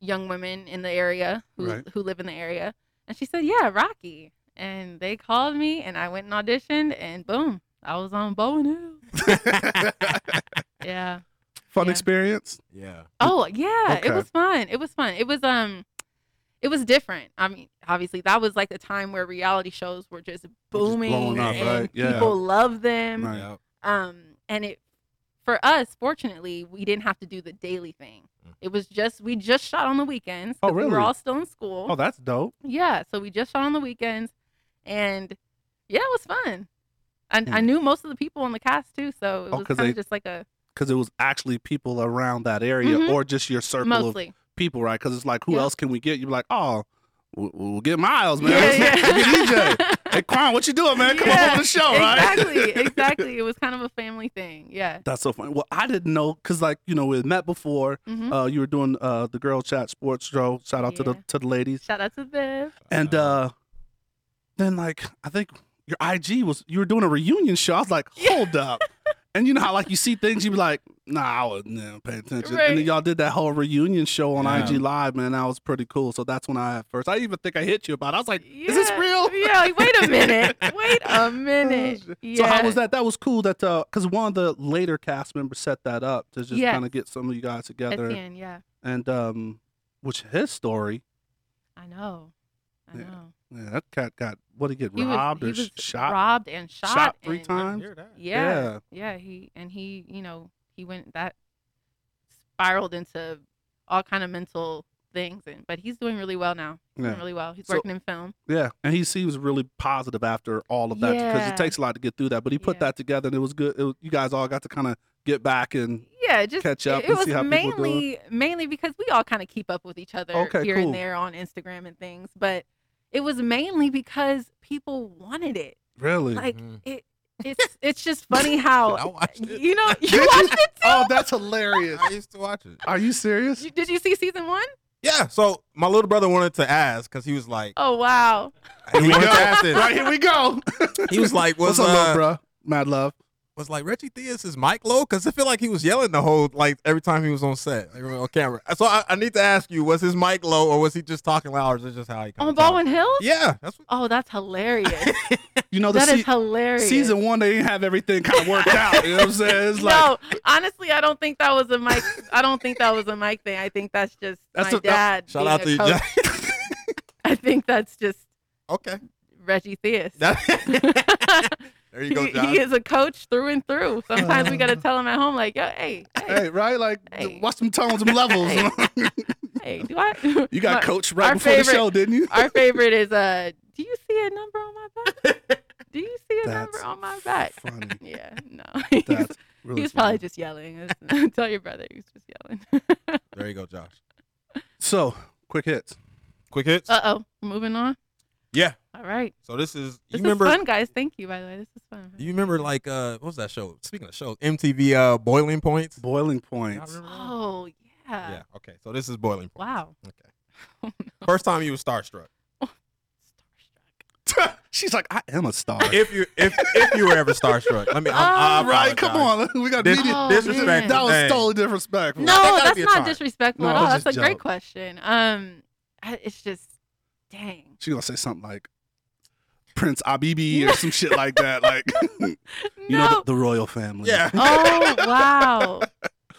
Speaker 8: young women in the area who
Speaker 6: Right.
Speaker 8: who live in the area?" And she said, "Yeah, Rocky." And they called me, and I went and auditioned, and boom, I was on Bowen Hill. Yeah.
Speaker 6: Fun
Speaker 8: Yeah.
Speaker 6: experience.
Speaker 7: yeah.
Speaker 8: Oh yeah,
Speaker 6: Okay.
Speaker 8: it was fun. It was fun. It was um, it was different. I mean, obviously that was like the time where reality shows were just booming
Speaker 6: blowing
Speaker 7: up,
Speaker 8: and
Speaker 6: right? Yeah.
Speaker 8: people loved them.
Speaker 6: Right.
Speaker 7: Yep.
Speaker 8: Um, and it for us, fortunately, we didn't have to do the daily thing.
Speaker 7: Mm.
Speaker 8: It was just we just shot on the weekends.
Speaker 6: Oh,
Speaker 8: 'cause We
Speaker 6: really?
Speaker 8: were all still in school.
Speaker 6: Oh, that's dope.
Speaker 8: Yeah, so we just shot on the weekends, and yeah, it was fun. I, I
Speaker 6: Hmm.
Speaker 8: knew most of the people on the cast too, so it
Speaker 6: Oh,
Speaker 8: was
Speaker 6: 'cause
Speaker 8: kind of
Speaker 6: they-
Speaker 8: just like a
Speaker 6: Because it was actually people around that area,
Speaker 8: Mhm.
Speaker 6: or just your circle of
Speaker 8: mostly.
Speaker 6: people, right? Because it's like, who
Speaker 8: Yeah.
Speaker 6: else can we get? You're like, oh, we'll, we'll get Miles, man. E
Speaker 8: Yeah, yeah.
Speaker 6: We'll get EJ. Hey, Quan, what you doing, man? Come on
Speaker 8: Yeah,
Speaker 6: on the show, right?
Speaker 8: Exactly, exactly. It was kind of a family thing. Yeah.
Speaker 6: That's so funny. Well, I didn't know because, like, you know, we had met before.
Speaker 8: hmm
Speaker 6: Uh, you were doing uh, the girl chat sports show. Shout out to the
Speaker 8: Yeah.
Speaker 6: to the ladies.
Speaker 8: Shout out to Viv.
Speaker 6: And
Speaker 8: Uh-huh.
Speaker 6: uh then like I think your IG was you were doing a reunion show. I was like, hold up. And you know how like you see things, you be like, nah, I wasn't uh, paying attention. And then
Speaker 8: Right.
Speaker 6: y'all did that whole reunion show on
Speaker 7: Yeah.
Speaker 6: IG Live, man. That was pretty cool. So that's when I at first I even think I hit you about. it. I was like, is this
Speaker 8: Yeah,
Speaker 6: real? Oh,
Speaker 8: Yeah. like, Wait a minute. Wait a minute.
Speaker 6: So
Speaker 8: Yeah.
Speaker 6: how was that? That was cool that uh because one of the later cast members set that up to just
Speaker 8: Yes.
Speaker 6: kind of get some of you guys together.
Speaker 8: Etienne, yeah.
Speaker 6: And um which his story,
Speaker 8: I know. I
Speaker 6: Yeah.
Speaker 8: know.
Speaker 6: yeah, that cat got what did he get
Speaker 8: He was-
Speaker 6: robbed
Speaker 8: he
Speaker 6: or sh-
Speaker 8: was
Speaker 6: shot?
Speaker 8: Robbed and shot.
Speaker 6: shot three
Speaker 8: and-
Speaker 6: times?
Speaker 8: Yeah, yeah. He and he, you know, he went that spiraled into all kind of mental things, and but he's doing really well now. He's
Speaker 6: Yeah.
Speaker 8: Doing really well. He's
Speaker 6: So-
Speaker 8: working in film.
Speaker 6: Yeah, and he seems really positive after all of that because
Speaker 8: Yeah.
Speaker 6: it takes a lot to get through that. But he put
Speaker 8: Yeah.
Speaker 6: that together, and it was good. It was, you guys all got to kind of get back and
Speaker 8: yeah, just
Speaker 6: catch up
Speaker 8: It, it
Speaker 6: and
Speaker 8: was
Speaker 6: see how people doing?
Speaker 8: mainly mainly because we all kind of keep up with each other
Speaker 6: Okay,
Speaker 8: here
Speaker 6: cool.
Speaker 8: and there on Instagram and things, but it was mainly because people wanted it.
Speaker 6: really.
Speaker 8: Like oh,
Speaker 7: Mhm.
Speaker 8: it, it's it's just funny how
Speaker 7: I watched it.
Speaker 8: you know
Speaker 6: Did
Speaker 8: you
Speaker 6: you?
Speaker 8: watched it.
Speaker 6: oh, that's hilarious.
Speaker 7: I used to watch it.
Speaker 6: Are you serious?
Speaker 8: You- Did you see season one?
Speaker 7: Yeah. So my little brother wanted to ask because he was like,
Speaker 8: Oh wow!
Speaker 7: he wanted
Speaker 6: go.
Speaker 7: to ask this.
Speaker 6: right here we go.
Speaker 7: He was like,
Speaker 6: "What's
Speaker 7: was
Speaker 6: up,
Speaker 7: uh,
Speaker 6: little bruh? Mad love."
Speaker 7: was like Reggie Theus's mic low? Because I feel like he was yelling the whole like every time he was on set like, on camera. So I, I need to ask you, was his mic low or was he just talking loud? Or is it just how he kinda
Speaker 8: On
Speaker 7: talks?
Speaker 8: Baldwin Hill.
Speaker 7: Yeah, that's what.
Speaker 8: Oh, that's hilarious.
Speaker 6: You know Oh, the
Speaker 8: that is
Speaker 6: se-
Speaker 8: hilarious.
Speaker 6: season one, they didn't have everything kind of worked out. You know what I'm saying? It's like
Speaker 8: no, honestly, I don't think that was a mic. I don't think that was a mic thing. I think that's just
Speaker 6: That's
Speaker 8: my
Speaker 6: a- that-
Speaker 8: dad.
Speaker 7: Shout
Speaker 8: being
Speaker 7: out
Speaker 8: a
Speaker 7: to you,
Speaker 8: coach.
Speaker 7: Jack.
Speaker 8: I think that's just
Speaker 7: okay,
Speaker 8: Reggie Theus.
Speaker 7: That- there you go,
Speaker 8: he,
Speaker 7: Josh.
Speaker 8: he is a coach through and through. Sometimes we gotta tell him at home, like, yo, hey, hey,
Speaker 6: hey, right? Like
Speaker 8: Hey.
Speaker 6: watch some tones and levels.
Speaker 8: Hey. hey do I?
Speaker 6: you got
Speaker 8: My-
Speaker 6: coached right
Speaker 8: our
Speaker 6: before
Speaker 8: favorite-
Speaker 6: the show, didn't you?
Speaker 8: Our favorite is uh, do you see a number on my back? Do you see a
Speaker 6: That's
Speaker 8: number on my back?
Speaker 6: funny.
Speaker 8: Yeah, no. He's,
Speaker 6: That's really
Speaker 8: he was
Speaker 6: funny.
Speaker 8: probably just yelling. tell your brother he was just yelling.
Speaker 7: there you go, Josh.
Speaker 6: so quick hits.
Speaker 7: Quick hits.
Speaker 8: Uh oh, moving on.
Speaker 7: yeah,
Speaker 8: All All right.
Speaker 7: So this is you
Speaker 8: This is
Speaker 7: remember
Speaker 8: fun, guys. Thank you, by the way. This is fun.
Speaker 7: you remember like uh what was that show? Speaking of shows, MTV uh Boiling Points.
Speaker 6: Boiling
Speaker 7: Y'all
Speaker 6: points.
Speaker 7: remember that?
Speaker 8: Oh yeah. Oh,
Speaker 7: Yeah. Okay. So this is Boiling Points.
Speaker 8: Wow.
Speaker 7: Okay. First time you were starstruck.
Speaker 8: Starstruck.
Speaker 6: She's like, I am a star.
Speaker 7: If you if if you were ever starstruck, let me. i
Speaker 8: Oh.
Speaker 6: right, come on. We got
Speaker 7: Dis-
Speaker 6: media.
Speaker 8: Oh,
Speaker 7: disrespect.
Speaker 8: man.
Speaker 6: that was
Speaker 7: Hey.
Speaker 6: totally disrespectful.
Speaker 8: No,
Speaker 7: gotta be
Speaker 8: that's
Speaker 7: a
Speaker 8: not
Speaker 7: time.
Speaker 8: disrespectful
Speaker 6: No,
Speaker 8: at
Speaker 6: it
Speaker 8: all.
Speaker 6: was
Speaker 8: That's a
Speaker 6: just
Speaker 8: great
Speaker 6: joke.
Speaker 8: question. Um, I- it's just, dang.
Speaker 6: She gonna say something like Prince Abibi or some shit like that. Like you
Speaker 8: no.
Speaker 6: know the, the royal family.
Speaker 7: Yeah.
Speaker 8: oh wow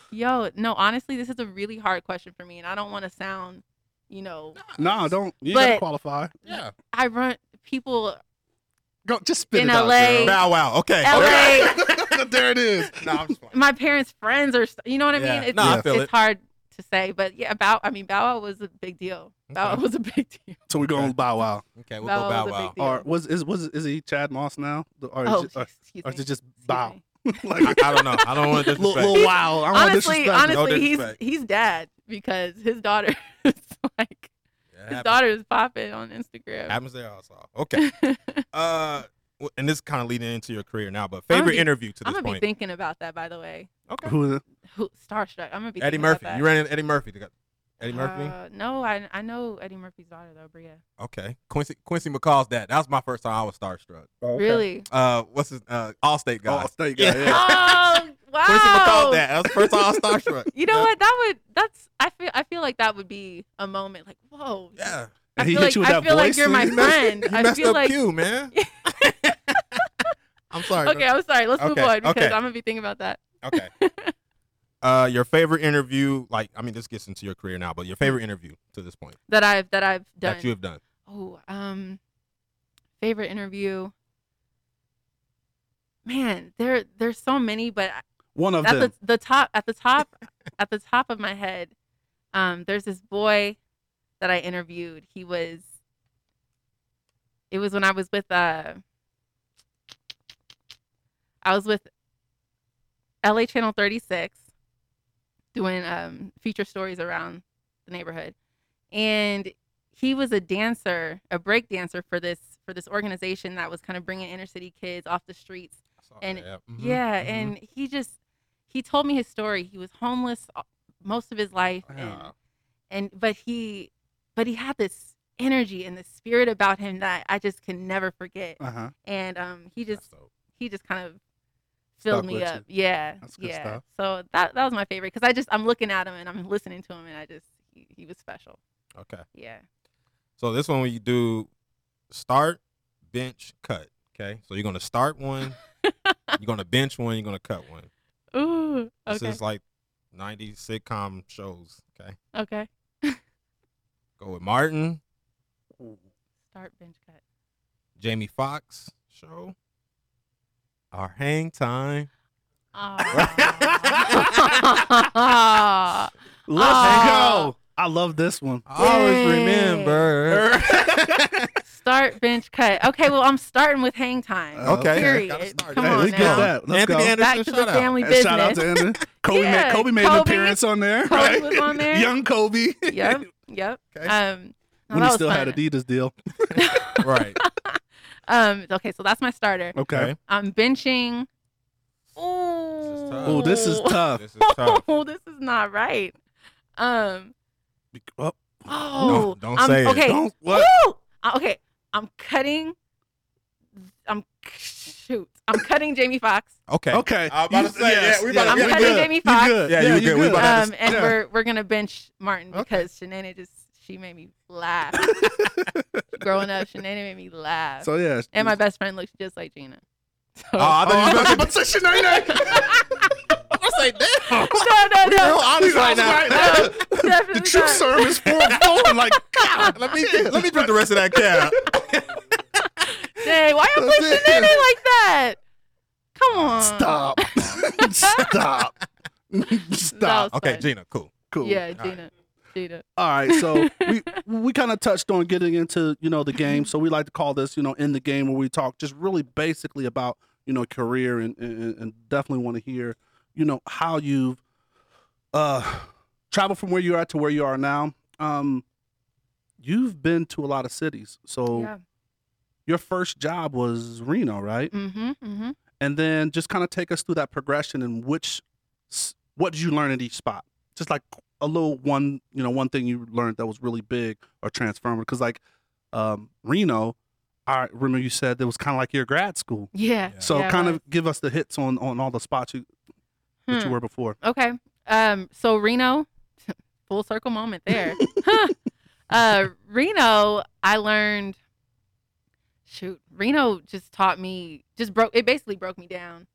Speaker 8: yo no honestly this is a really hard question for me and i don't want to sound you know
Speaker 6: No, don't you
Speaker 8: But-
Speaker 6: gotta qualify.
Speaker 7: Yeah.
Speaker 8: i run people
Speaker 6: Go just spit
Speaker 8: In
Speaker 6: it out,
Speaker 8: LA.
Speaker 6: girl.
Speaker 7: Bow Wow. Okay.
Speaker 8: LA.
Speaker 6: there it is.
Speaker 7: no, I'm just playing.
Speaker 8: my parents friends or st- you know what i
Speaker 7: Yeah.
Speaker 8: mean it's,
Speaker 7: No, I
Speaker 8: it's-
Speaker 7: feel
Speaker 8: it's
Speaker 7: it.
Speaker 8: hard to say but yeah about i mean bow wow was a big deal bow wow
Speaker 7: Okay.
Speaker 8: was a big deal
Speaker 6: So we go on Bow Wow.
Speaker 7: Okay, we'll
Speaker 8: Bow
Speaker 7: go Bow
Speaker 8: Wow was a
Speaker 7: Wow.
Speaker 8: big Yeah.
Speaker 6: Or was is was is he Chad Moss now? Or is,
Speaker 8: oh
Speaker 6: it, or,
Speaker 8: excuse
Speaker 6: or
Speaker 8: me
Speaker 6: is it just
Speaker 8: excuse
Speaker 6: Bow?
Speaker 8: me.
Speaker 7: I,
Speaker 6: like
Speaker 7: I don't know. I don't want to
Speaker 6: little,
Speaker 7: disrespect.
Speaker 6: little wow. I don't wanna
Speaker 8: honestly
Speaker 6: disrespect him.
Speaker 7: No
Speaker 8: honestly he's
Speaker 7: disrespect.
Speaker 8: he's dad because his daughter is like
Speaker 7: Yeah,
Speaker 8: his
Speaker 7: happens-
Speaker 8: daughter is popping on instagram
Speaker 7: happens there also. Okay. Uh, w- and this kind of leading into your career now, but favorite
Speaker 8: be-
Speaker 7: interview to
Speaker 8: i'm
Speaker 7: this
Speaker 8: gonna be
Speaker 7: point.
Speaker 8: thinking about that by the way
Speaker 7: okay.
Speaker 6: Who is it?
Speaker 8: Who Starstruck? I'm gonna be
Speaker 7: Eddie
Speaker 8: thinking about
Speaker 7: Murphy.
Speaker 8: that.
Speaker 7: You ran into Eddie Murphy. to go- Eddie Murphy.
Speaker 8: Uh, no, I I know Eddie Murphy's daughter though, Bria.
Speaker 7: Okay. Quincy Quincy McCall's dad. That was my first time I was starstruck.
Speaker 8: Really?
Speaker 7: Uh, what's his uh Allstate guy?
Speaker 6: Oh, there you go. Yeah.
Speaker 8: Oh
Speaker 7: Quincy
Speaker 8: wow!
Speaker 7: McCall's dad. That was the first time I was starstruck.
Speaker 8: You know
Speaker 7: Yeah.
Speaker 8: what? That would that's I feel I feel like that would be a moment like whoa.
Speaker 7: Yeah.
Speaker 8: I
Speaker 6: And he
Speaker 8: feel
Speaker 6: hit
Speaker 8: like
Speaker 6: you with
Speaker 8: I
Speaker 6: that
Speaker 8: feel like
Speaker 6: voice?
Speaker 8: you're my
Speaker 6: You
Speaker 8: friend.
Speaker 7: You
Speaker 8: I
Speaker 7: messed
Speaker 8: feel
Speaker 7: up
Speaker 8: like
Speaker 7: Q, man. I'm sorry.
Speaker 8: okay. I'm sorry. Let's move
Speaker 7: Okay,
Speaker 8: on because
Speaker 7: okay.
Speaker 8: I'm gonna be thinking about that.
Speaker 7: Okay. Uh, your favorite interview, like I mean, this gets into your career now, but your favorite interview to this point
Speaker 8: That I've that I've Mm-hmm. done.
Speaker 7: that you have done.
Speaker 8: Oh, um, favorite interview. Man, there there's so many, but
Speaker 6: One of
Speaker 8: at
Speaker 6: them.
Speaker 8: the, the top at the top at the top of my head um there's this boy that i interviewed he was it was when i was with uh i was with la channel 36 doing um feature stories around the neighborhood and he was a dancer a break dancer for this for this organization that was kind of bringing inner city kids off the streets And-
Speaker 7: yeah,
Speaker 8: yeah,
Speaker 7: Mm-hmm.
Speaker 8: and he just he told me his story. He was homeless a- most of his life,
Speaker 7: Yeah.
Speaker 8: and and but he but he had this energy and this spirit about him that I just can never forget.
Speaker 6: uh huh.
Speaker 8: And um, he just he just kind of
Speaker 7: Stuck
Speaker 8: filled me
Speaker 7: with
Speaker 8: up. Yeah,
Speaker 6: That's good
Speaker 8: yeah.
Speaker 6: stuff.
Speaker 8: So that that was my favorite because I just I'm looking at him and I'm listening to him and I just he, he was special.
Speaker 7: okay.
Speaker 8: Yeah.
Speaker 7: So this one we do start, bench, cut. Okay, so you're gonna start one, you're gonna bench one, you're gonna cut one.
Speaker 8: Ooh.
Speaker 7: This
Speaker 8: Okay.
Speaker 7: is like 90 sitcom shows. Okay,
Speaker 8: okay.
Speaker 7: go with Martin,
Speaker 8: Start bench cut.
Speaker 7: Jamie Foxx show, our hang time.
Speaker 8: Aw.
Speaker 6: Let's
Speaker 8: Oh.
Speaker 6: go. I love this one.
Speaker 7: Always
Speaker 8: Dang.
Speaker 7: remember.
Speaker 8: Start bench cut. Okay, well I'm starting with hang time.
Speaker 6: Oh,
Speaker 7: okay.
Speaker 8: Period.
Speaker 7: Gotta start
Speaker 8: Come
Speaker 7: it.
Speaker 6: Hey,
Speaker 8: on
Speaker 6: we
Speaker 8: now.
Speaker 6: get that. Let's
Speaker 7: Anthony
Speaker 6: go.
Speaker 7: Anderson,
Speaker 8: Back to the
Speaker 7: shout out.
Speaker 8: family
Speaker 6: And
Speaker 8: business.
Speaker 6: Shout out to Andrew. Kobe,
Speaker 8: Yeah,
Speaker 6: made, Kobe made an
Speaker 8: Kobe.
Speaker 6: appearance on there.
Speaker 8: Kobe
Speaker 6: right?
Speaker 8: was on there.
Speaker 6: Young Kobe.
Speaker 8: yep. Yep.
Speaker 7: Okay.
Speaker 8: Um, no,
Speaker 6: when he
Speaker 8: that was
Speaker 6: still had
Speaker 8: fun.
Speaker 6: Adidas deal.
Speaker 7: right.
Speaker 8: Um, okay, so that's my starter.
Speaker 6: Okay.
Speaker 7: Okay.
Speaker 8: I'm benching.
Speaker 7: is
Speaker 8: Ooh.
Speaker 7: tough.
Speaker 6: Oh, this is tough.
Speaker 7: This is tough.
Speaker 8: Oh, this is not right. Um.
Speaker 6: Oh,
Speaker 8: Oh.
Speaker 7: don't
Speaker 8: I'm-
Speaker 7: say it.
Speaker 8: Okay.
Speaker 6: Don't what?
Speaker 8: Woo! Uh, Okay. I'm cutting. I'm shoot. I'm cutting Jamie Fox.
Speaker 7: Okay.
Speaker 6: Okay.
Speaker 7: I was about to say, yeah, we about to-
Speaker 8: I'm
Speaker 6: you
Speaker 8: cutting
Speaker 6: good.
Speaker 8: Jamie
Speaker 6: You
Speaker 8: Foxx.
Speaker 6: good.
Speaker 7: Yeah,
Speaker 6: Yeah,
Speaker 7: you
Speaker 6: you
Speaker 7: good. We
Speaker 6: good.
Speaker 7: about to-
Speaker 8: Um, and
Speaker 6: yeah.
Speaker 8: we're we're gonna bench Martin
Speaker 7: Okay.
Speaker 8: because Shanana just she made me laugh. Growing up, Shanana made me laugh.
Speaker 6: So yeah.
Speaker 8: and my best friend looks just like Gina.
Speaker 7: Oh, I
Speaker 6: Oh, I
Speaker 7: thought you
Speaker 6: was
Speaker 7: were
Speaker 6: about to say Shanae.
Speaker 8: No, no,
Speaker 7: real
Speaker 8: no.
Speaker 7: honest right
Speaker 6: right
Speaker 7: now.
Speaker 6: now.
Speaker 8: Definitely
Speaker 6: The truth
Speaker 8: not.
Speaker 6: serum is full form. Like, God.
Speaker 7: Oh, Let me let me drink the rest of that cab.
Speaker 8: Dang, why you
Speaker 6: That's
Speaker 8: put Shanana
Speaker 6: it.
Speaker 8: like that? Come on.
Speaker 6: Stop. Stop. Stop.
Speaker 8: was
Speaker 7: Okay,
Speaker 8: fun.
Speaker 7: Gina, cool.
Speaker 6: Cool.
Speaker 8: Yeah,
Speaker 7: right.
Speaker 8: Gina. Gina.
Speaker 6: All right, so we we kind of touched on getting into you know the game, so we like to call this you know in the game where we talk just really basically about you know career and and, and definitely want to hear you know how you've uh traveled from where you are to where you are now. Um, you've been to a lot of cities, so
Speaker 8: Yeah.
Speaker 6: your first job was Reno, right?
Speaker 8: Mm-hmm. Mm-hmm.
Speaker 6: And then just kind of take us through that progression and which, s- what did you learn at each spot? Just like a little one, you know, one thing you learned that was really big or transformative. Because like um, Reno, I remember you said that was kind of like your grad school.
Speaker 8: Yeah.
Speaker 7: Yeah.
Speaker 6: So
Speaker 8: yeah, it
Speaker 6: kind
Speaker 8: was.
Speaker 6: of give us the hits on on all the spots you that you
Speaker 8: Hmm.
Speaker 6: were before.
Speaker 8: Okay. Um. So Reno, full circle moment there. Huh. uh, Reno, I learned. Shoot, Reno just taught me. Just broke. It basically broke me down.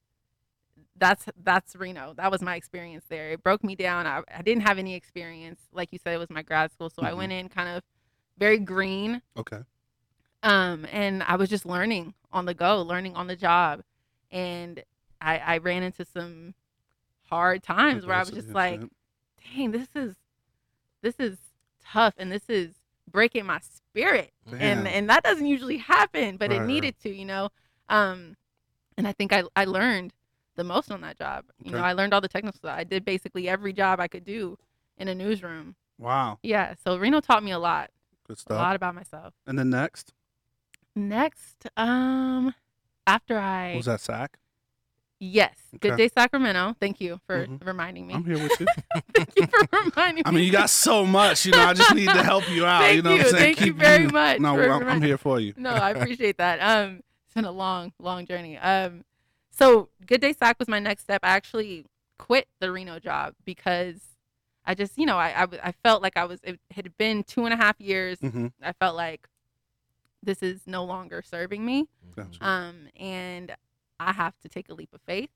Speaker 8: That's that's Reno. That was my experience there. It broke me down. I, I didn't have any experience, like you said, it was my grad school. So I
Speaker 6: Mhm.
Speaker 8: went in kind of very green.
Speaker 6: Okay.
Speaker 8: um and i was just learning on the go learning on the job and i i ran into some hard times where i was
Speaker 6: Adversity,
Speaker 8: just like
Speaker 6: yep.
Speaker 8: dang this is this is tough and this is breaking my spirit and
Speaker 6: Damn.
Speaker 8: and that doesn't usually happen but
Speaker 6: Right,
Speaker 8: it
Speaker 6: right.
Speaker 8: needed to you know um and i think i i learned the most on that job you know
Speaker 6: Okay.
Speaker 8: i learned all the technical stuff i did basically every job i could do in a newsroom
Speaker 6: Wow.
Speaker 8: yeah so reno taught me a lot
Speaker 6: Good
Speaker 8: a
Speaker 6: stuff.
Speaker 8: lot about myself
Speaker 6: and then next
Speaker 8: Next, um, after I
Speaker 6: was that sack.
Speaker 8: yes, Good
Speaker 6: Okay.
Speaker 8: Day Sacramento. Thank you for
Speaker 6: Mhm.
Speaker 8: reminding me.
Speaker 6: I'm here with you.
Speaker 8: Thank you for reminding
Speaker 6: I
Speaker 8: me.
Speaker 6: mean, you got so much, you know. I just need to help you out.
Speaker 8: Thank
Speaker 6: you know what I'm
Speaker 8: you.
Speaker 6: saying?
Speaker 8: Thank you very
Speaker 6: moving.
Speaker 8: much
Speaker 6: No,
Speaker 8: for
Speaker 6: I'm, I'm
Speaker 8: reminding-
Speaker 6: here for you.
Speaker 8: no, I appreciate that. Um, it's been a long, long journey. Um, so Good Day Sac was my next step. I actually quit the Reno job because I just, you know, I I, w- I felt like I was it had been two and a half years.
Speaker 6: Mm-hmm.
Speaker 8: I felt like this is no longer serving me.
Speaker 6: Gotcha.
Speaker 8: um, and I have to take a leap of faith.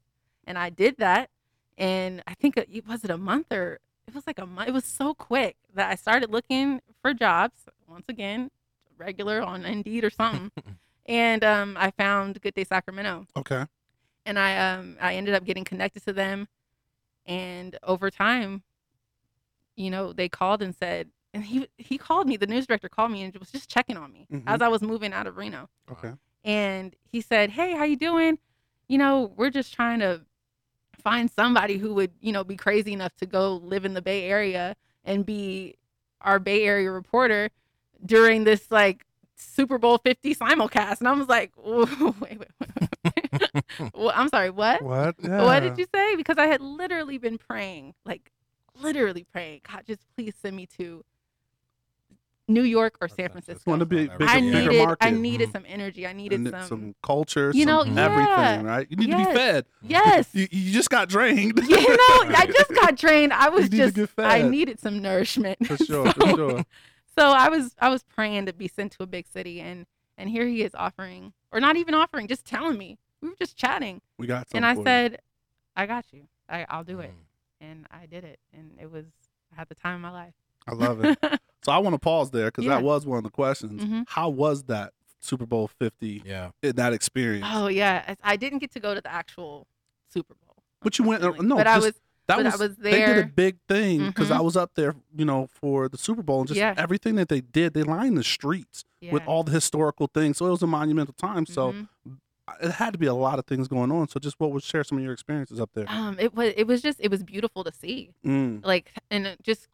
Speaker 8: And I did that, and I think it was it a month or it was like a month. It was so quick that I started looking for jobs once again, regular on Indeed or something. and um, I found Good Day Sacramento,
Speaker 6: Okay.
Speaker 8: and I um, I ended up getting connected to them, and over time, you know, they called and said. And he, he called me, the news director called me and was just checking on me
Speaker 6: Mhm.
Speaker 8: as I was moving out of Reno
Speaker 6: Okay.
Speaker 8: and he said, "Hey, how you doing? You know, we're just trying to find somebody who would, you know, be crazy enough to go live in the Bay Area and be our Bay Area reporter during this like Super Bowl 50 simulcast." And I was like, "Wait, wait, wait, wait, wait. well, I'm sorry, what?
Speaker 6: What?
Speaker 8: What did you say?" Because I had literally been praying, like literally praying, God, just please send me to New York or San Francisco.
Speaker 6: Want to
Speaker 7: I
Speaker 6: be bigger,
Speaker 8: I
Speaker 6: bigger
Speaker 8: needed,
Speaker 6: market.
Speaker 8: I needed
Speaker 7: Mhm.
Speaker 8: some energy. I
Speaker 6: Mm. And
Speaker 8: needed
Speaker 6: then
Speaker 8: some,
Speaker 6: some culture.
Speaker 8: You know,
Speaker 6: some
Speaker 8: yeah.
Speaker 6: everything, right? You need to
Speaker 8: Yes.
Speaker 6: be fed.
Speaker 8: yes.
Speaker 6: You, you just got drained.
Speaker 8: you know, I just got trained. I was
Speaker 6: need to
Speaker 8: just
Speaker 6: get
Speaker 8: I
Speaker 6: fed.
Speaker 8: needed some nourishment.
Speaker 6: for sure, for
Speaker 8: so,
Speaker 6: sure.
Speaker 8: so I was I was praying to be sent to a big city and and here he is offering or not even offering, just telling me. We were just chatting.
Speaker 6: We got some.
Speaker 8: and I
Speaker 6: for you.
Speaker 8: said, I got you. I, I'll do it.
Speaker 6: Mm.
Speaker 7: Mm,
Speaker 8: And I did it. And it was I had the time of my life.
Speaker 6: I love it. So I want to pause there because
Speaker 8: Yeah.
Speaker 6: that was one of the questions.
Speaker 8: Mhm.
Speaker 6: How was that Super Bowl 50
Speaker 7: Yeah.
Speaker 6: in that experience?
Speaker 8: oh yeah. I, I didn't get to go to the actual Super Bowl.
Speaker 6: But you went- uh,
Speaker 8: unfortunately.
Speaker 6: no,
Speaker 8: but I
Speaker 6: just
Speaker 8: was
Speaker 6: that
Speaker 8: but
Speaker 6: was,
Speaker 8: I was
Speaker 6: They did a
Speaker 8: there.
Speaker 6: big thing because
Speaker 8: Mhm.
Speaker 6: I was up there, you know, for the Super Bowl and just
Speaker 8: Yeah.
Speaker 6: everything that they did. They lined the streets
Speaker 8: yeah.
Speaker 6: with all the historical things, so it was a monumental time. So
Speaker 8: Mhm.
Speaker 6: it had to be a lot of things going on. So just what was share some of your experiences up there?
Speaker 8: um it was it was just it was beautiful to see.
Speaker 6: Mm.
Speaker 8: like and it just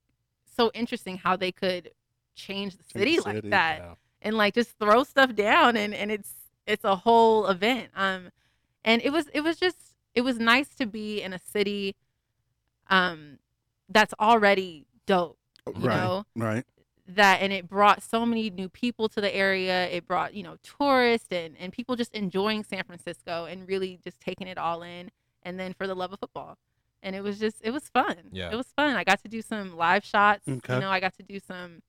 Speaker 8: so interesting how they could change the
Speaker 6: the
Speaker 8: city like
Speaker 6: city,
Speaker 8: that
Speaker 7: yeah.
Speaker 8: and like just throw stuff down and and it's it's a whole event um and it was it was just it was nice to be in a city um that's already dope you
Speaker 6: right,
Speaker 8: know
Speaker 6: right.
Speaker 8: that and it brought so many new people to the area it brought you know tourists and and people just enjoying san francisco and really just taking it all in and then for the love of football and it was just it was fun
Speaker 7: Yeah.
Speaker 8: it was fun i got to do some live shots
Speaker 6: Okay.
Speaker 8: you know i got to do some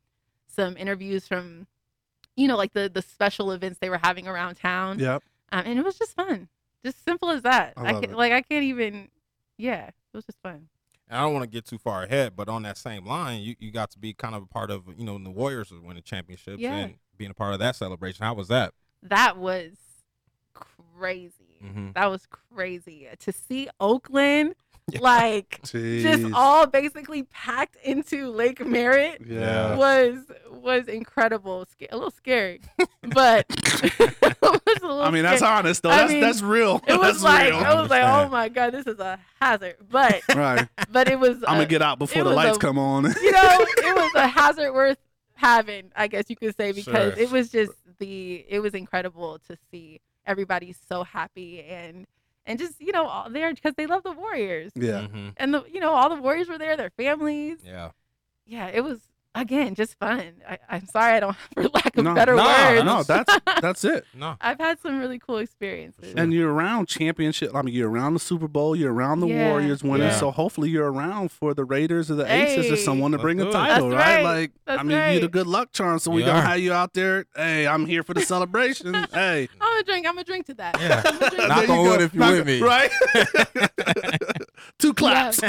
Speaker 8: some interviews from you know like the the special events they were having around town
Speaker 6: Yep.
Speaker 8: um, and it was just fun just simple as that
Speaker 6: I love
Speaker 8: can't,
Speaker 6: it.
Speaker 8: like i can't even yeah it was just fun
Speaker 7: And I don't want to get too far ahead, but on that same line, you, you got to be kind of a part of, you know, when the Warriors were winning championships
Speaker 8: Yeah.
Speaker 7: and being a part of that celebration. How was that?
Speaker 8: that was crazy.
Speaker 6: Mm-hmm.
Speaker 7: Mhm.
Speaker 8: That was crazy eh, to see Oakland like just
Speaker 6: Jeez.
Speaker 8: all basically packed into Lake Merritt
Speaker 6: yeah.
Speaker 8: was was incredible. Sca- a little scary, but it was a little
Speaker 6: I mean, that's
Speaker 8: scary.
Speaker 6: honest though.
Speaker 8: I
Speaker 6: that's
Speaker 8: mean,
Speaker 6: that's real.
Speaker 8: it was
Speaker 6: that's
Speaker 8: like
Speaker 6: real.
Speaker 8: I was like, oh
Speaker 7: Understand.
Speaker 8: my god, this is a hazard. But
Speaker 6: right.
Speaker 8: but it was
Speaker 6: I'm
Speaker 8: a-
Speaker 6: gonna get out before
Speaker 8: it
Speaker 6: the
Speaker 8: was
Speaker 6: lights
Speaker 8: a-
Speaker 6: come on.
Speaker 8: you know, it was a hazard worth having, I guess you could say, because
Speaker 7: Sure.
Speaker 8: it was just the it was incredible to see everybody so happy and and just you know all there because they love the Warriors
Speaker 6: Yeah.
Speaker 7: Mhm.
Speaker 8: and the you know all the Warriors were there, their families.
Speaker 7: Yeah.
Speaker 8: Yeah, it was again just fun. I, I'm sorry I don't for lack of
Speaker 6: No,
Speaker 8: better
Speaker 7: no,
Speaker 8: words.
Speaker 6: No, that's that's it.
Speaker 7: No.
Speaker 8: I've had some really cool experiences.
Speaker 6: And you're around championship. I mean, you're around the Super Bowl. You're around the
Speaker 8: Yeah.
Speaker 6: Warriors winning.
Speaker 7: Yeah.
Speaker 6: So hopefully, you're around for the Raiders or the Aces or
Speaker 8: Hey.
Speaker 6: someone to
Speaker 7: Let's
Speaker 6: bring
Speaker 7: do
Speaker 6: a
Speaker 7: it.
Speaker 6: title,
Speaker 8: That's right.
Speaker 6: Like, I
Speaker 8: That's
Speaker 6: mean, you
Speaker 8: right.
Speaker 6: the good luck charm. So we
Speaker 7: You
Speaker 6: gonna
Speaker 7: are.
Speaker 6: have you out there. Hey, I'm here for the celebration. hey,
Speaker 8: I'm gonna drink. I'm gonna drink to that.
Speaker 7: Yeah.
Speaker 8: I'm gonna drink
Speaker 7: Knock
Speaker 8: to
Speaker 6: There
Speaker 8: that.
Speaker 7: on
Speaker 6: you
Speaker 7: wood
Speaker 6: go.
Speaker 7: if you
Speaker 6: Knock-
Speaker 7: with me.
Speaker 6: right? Two claps.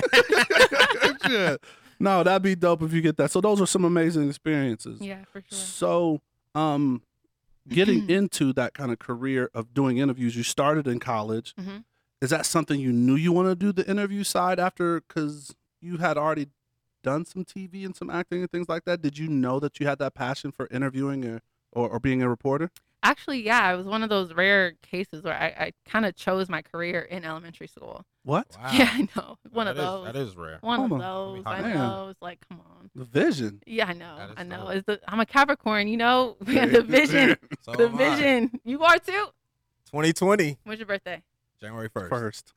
Speaker 6: Yeah. No, that'd be dope if you get that. So those are some amazing experiences.
Speaker 8: Yeah, for sure.
Speaker 6: So, um, getting into that kind of career of doing interviews, you started in college.
Speaker 8: Mhm.
Speaker 6: Is that something you knew you want to do the interview side after? Because you had already done some TV and some acting and things like that. Did you know that you had that passion for interviewing or, or, or being a reporter?
Speaker 8: Actually, yeah, it was one of those rare cases where I, I kind of chose my career in elementary school.
Speaker 6: What?
Speaker 7: Wow.
Speaker 8: Yeah, I know. One of
Speaker 7: That is-
Speaker 8: those.
Speaker 7: That is rare.
Speaker 8: One
Speaker 6: Come
Speaker 8: of
Speaker 6: on.
Speaker 8: those. I
Speaker 6: Man.
Speaker 8: know. It's like, come on.
Speaker 6: The vision.
Speaker 8: Yeah, I know.
Speaker 7: That is
Speaker 8: I know.
Speaker 7: dope.
Speaker 8: Is the I'm a Capricorn, you know? Man, the vision.
Speaker 7: So
Speaker 8: the
Speaker 7: am I.
Speaker 8: vision. You are too.
Speaker 7: 2020,
Speaker 8: When's your birthday?
Speaker 7: January 1st.
Speaker 6: First.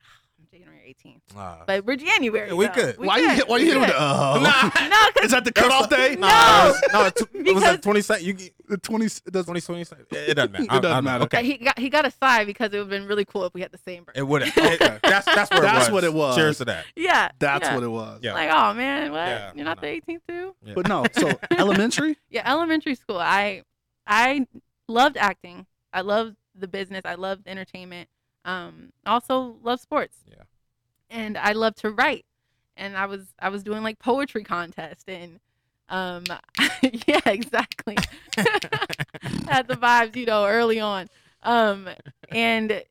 Speaker 8: January 18th.
Speaker 7: Ah.
Speaker 8: But we're January.
Speaker 7: Yeah, we
Speaker 8: though.
Speaker 7: good.
Speaker 6: Why you hit- why you hit him with the oh?
Speaker 8: good. No, 'cause
Speaker 6: Is that the cutoff day?
Speaker 8: No.
Speaker 7: No, it's, it was
Speaker 8: Because-
Speaker 7: like 27. You, get-
Speaker 6: The twenty. It doesn't.
Speaker 7: 2020. It doesn't matter.
Speaker 6: It
Speaker 7: I- I don't
Speaker 6: doesn't
Speaker 7: know.
Speaker 6: matter.
Speaker 7: Okay.
Speaker 8: he got he got a sigh because it would have been really cool if we had the same birthday.
Speaker 7: It would have. That's that's where
Speaker 6: That's
Speaker 7: it was.
Speaker 6: what it was.
Speaker 7: Cheers to that.
Speaker 8: yeah.
Speaker 6: That's
Speaker 8: yeah.
Speaker 6: what it was.
Speaker 7: Yeah.
Speaker 8: Like, oh man, what?
Speaker 7: Yeah,
Speaker 8: You're not
Speaker 7: I
Speaker 8: the 18th too?
Speaker 6: But no. So elementary.
Speaker 8: Yeah, elementary school. I I loved acting. I loved the business. I loved entertainment. Um, also loved sports.
Speaker 7: Yeah.
Speaker 8: And I loved to write. And I was I was doing like poetry contest and um yeah, exactly. Had the vibes, you know, early on. Um and